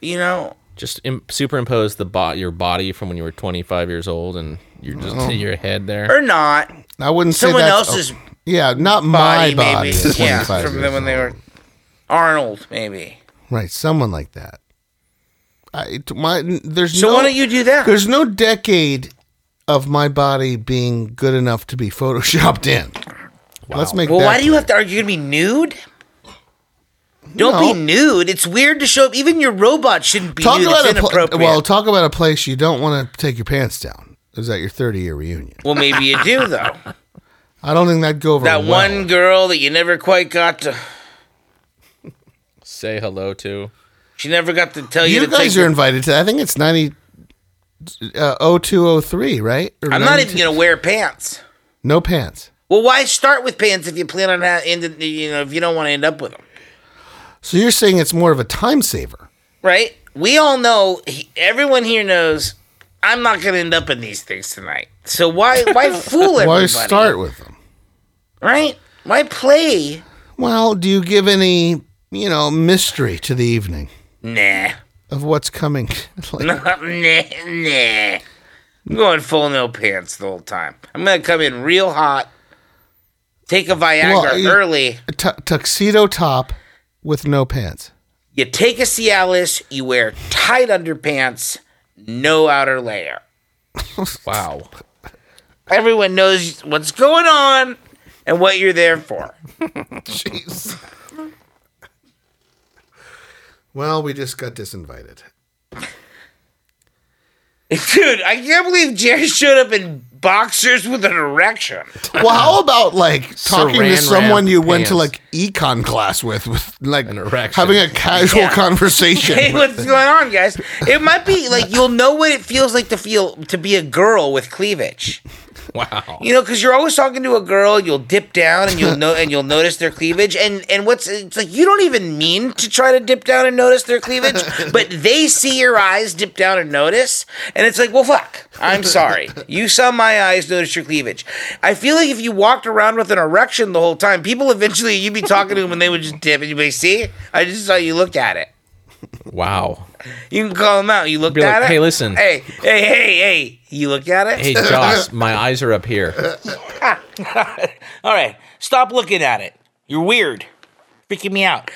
[SPEAKER 4] You know,
[SPEAKER 2] Just Im- superimpose the bot your body from when you were 25 years old, and you're just
[SPEAKER 3] Oh.
[SPEAKER 2] your head there.
[SPEAKER 4] or not.
[SPEAKER 3] I wouldn't
[SPEAKER 4] Someone
[SPEAKER 3] say that's, oh,
[SPEAKER 4] else's
[SPEAKER 3] yeah, not
[SPEAKER 4] body,
[SPEAKER 3] my body.
[SPEAKER 4] maybe.
[SPEAKER 3] at
[SPEAKER 4] Yeah,
[SPEAKER 3] 25
[SPEAKER 4] from
[SPEAKER 3] years
[SPEAKER 4] them when they
[SPEAKER 3] old.
[SPEAKER 4] were Arnold, maybe.
[SPEAKER 3] right, someone like that. I t- my n- there's
[SPEAKER 4] So
[SPEAKER 3] no
[SPEAKER 4] why don't you do that?
[SPEAKER 3] there's no decade of my body being good enough to be photoshopped in. Let's make
[SPEAKER 4] Well,
[SPEAKER 3] that
[SPEAKER 4] why do you have to? Are you gonna be nude? Don't be
[SPEAKER 3] No.
[SPEAKER 4] nude. It's weird to show up. Even your robot shouldn't be
[SPEAKER 3] talk
[SPEAKER 4] nude.
[SPEAKER 3] about
[SPEAKER 4] it's
[SPEAKER 3] a pla-
[SPEAKER 4] inappropriate.
[SPEAKER 3] well
[SPEAKER 4] well,
[SPEAKER 3] talk about a place you don't want to take your pants down is that your 30 year reunion
[SPEAKER 4] maybe you do though.
[SPEAKER 3] i don't think that'd go over
[SPEAKER 4] That
[SPEAKER 3] well.
[SPEAKER 4] one girl that you never quite got to.
[SPEAKER 2] Say hello to.
[SPEAKER 4] She never got to tell you.
[SPEAKER 3] you
[SPEAKER 4] to
[SPEAKER 3] guys
[SPEAKER 4] take
[SPEAKER 3] are
[SPEAKER 4] your-
[SPEAKER 3] invited to i think it's 90 uh, 0203 right Or
[SPEAKER 4] I'm not even
[SPEAKER 3] 92
[SPEAKER 4] gonna wear pants.
[SPEAKER 3] no pants
[SPEAKER 4] Well, why start with pants if you plan on ha- end, you know if you don't want to end up with them,
[SPEAKER 3] so you're saying it's more of a time saver
[SPEAKER 4] right? We all know. he- Everyone here knows. I'm not gonna end up in these things tonight. So why why fool everybody?
[SPEAKER 3] why start with them
[SPEAKER 4] right? Why play?
[SPEAKER 3] well do you give any you know, mystery to the evening
[SPEAKER 4] Nah.
[SPEAKER 3] of what's coming. like,
[SPEAKER 4] nah, nah. I'm going full no pants the whole time. I'm gonna come in real hot, take a Viagra
[SPEAKER 3] Well, you-
[SPEAKER 4] early.
[SPEAKER 3] a tu- tuxedo top with no pants.
[SPEAKER 4] You take a Cialis, you wear tight underpants, no outer layer.
[SPEAKER 2] Wow.
[SPEAKER 4] Everyone knows what's going on and what you're there for.
[SPEAKER 3] Jeez. well, we just got disinvited.
[SPEAKER 4] Dude, I can't believe Jerry showed up in boxers with an erection.
[SPEAKER 3] Well, how about like talking
[SPEAKER 2] Saran
[SPEAKER 3] to
[SPEAKER 2] wrap
[SPEAKER 3] someone you went to
[SPEAKER 2] pants.
[SPEAKER 3] like econ class with, with like
[SPEAKER 2] erection.
[SPEAKER 3] having a casual
[SPEAKER 4] Yeah.
[SPEAKER 3] conversation?
[SPEAKER 4] Hey, what's going on, guys? It might be like you'll know what it feels like to feel to be a girl with cleavage.
[SPEAKER 2] Wow.
[SPEAKER 4] You know, because you're always talking to a girl, you'll dip down and you'll know and you'll notice their cleavage. And and what's it's like you don't even mean to try to dip down and notice their cleavage, but they see your eyes dip down and notice, and it's like, well, fuck. I'm sorry. You saw my eyes notice your cleavage. I feel like if you walked around with an erection the whole time, people eventually you'd be talking to them and they would just dip and you'd be like, see, I just saw you look at it.
[SPEAKER 2] Wow.
[SPEAKER 4] You can call them out. You looked
[SPEAKER 2] Be like,
[SPEAKER 4] at it.
[SPEAKER 2] "Hey, listen."
[SPEAKER 4] Hey, hey, hey, hey. You looked at it.
[SPEAKER 2] Hey, Joss, my eyes are up here.
[SPEAKER 4] All right, stop looking at it. You're weird. Freaking me out.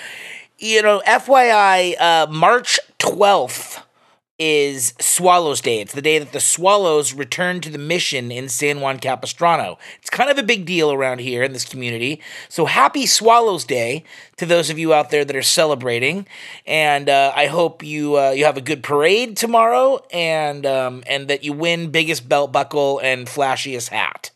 [SPEAKER 4] You know, FYI, uh, March 12th is Swallows Day. It's the day that the Swallows return to the mission in San Juan Capistrano. It's kind of a big deal around here in this community. So happy Swallows Day to those of you out there that are celebrating. And uh, I hope you uh, you have a good parade tomorrow and um, and that you win biggest belt buckle and flashiest hat.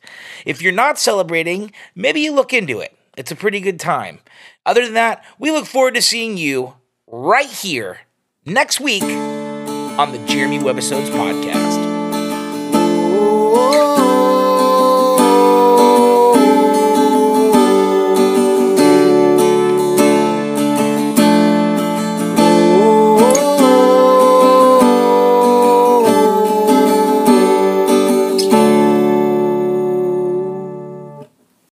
[SPEAKER 4] If you're not celebrating, maybe you look into it. It's a pretty good time. Other than that, we look forward to seeing you right here next week on the Jeremy Webisodes podcast.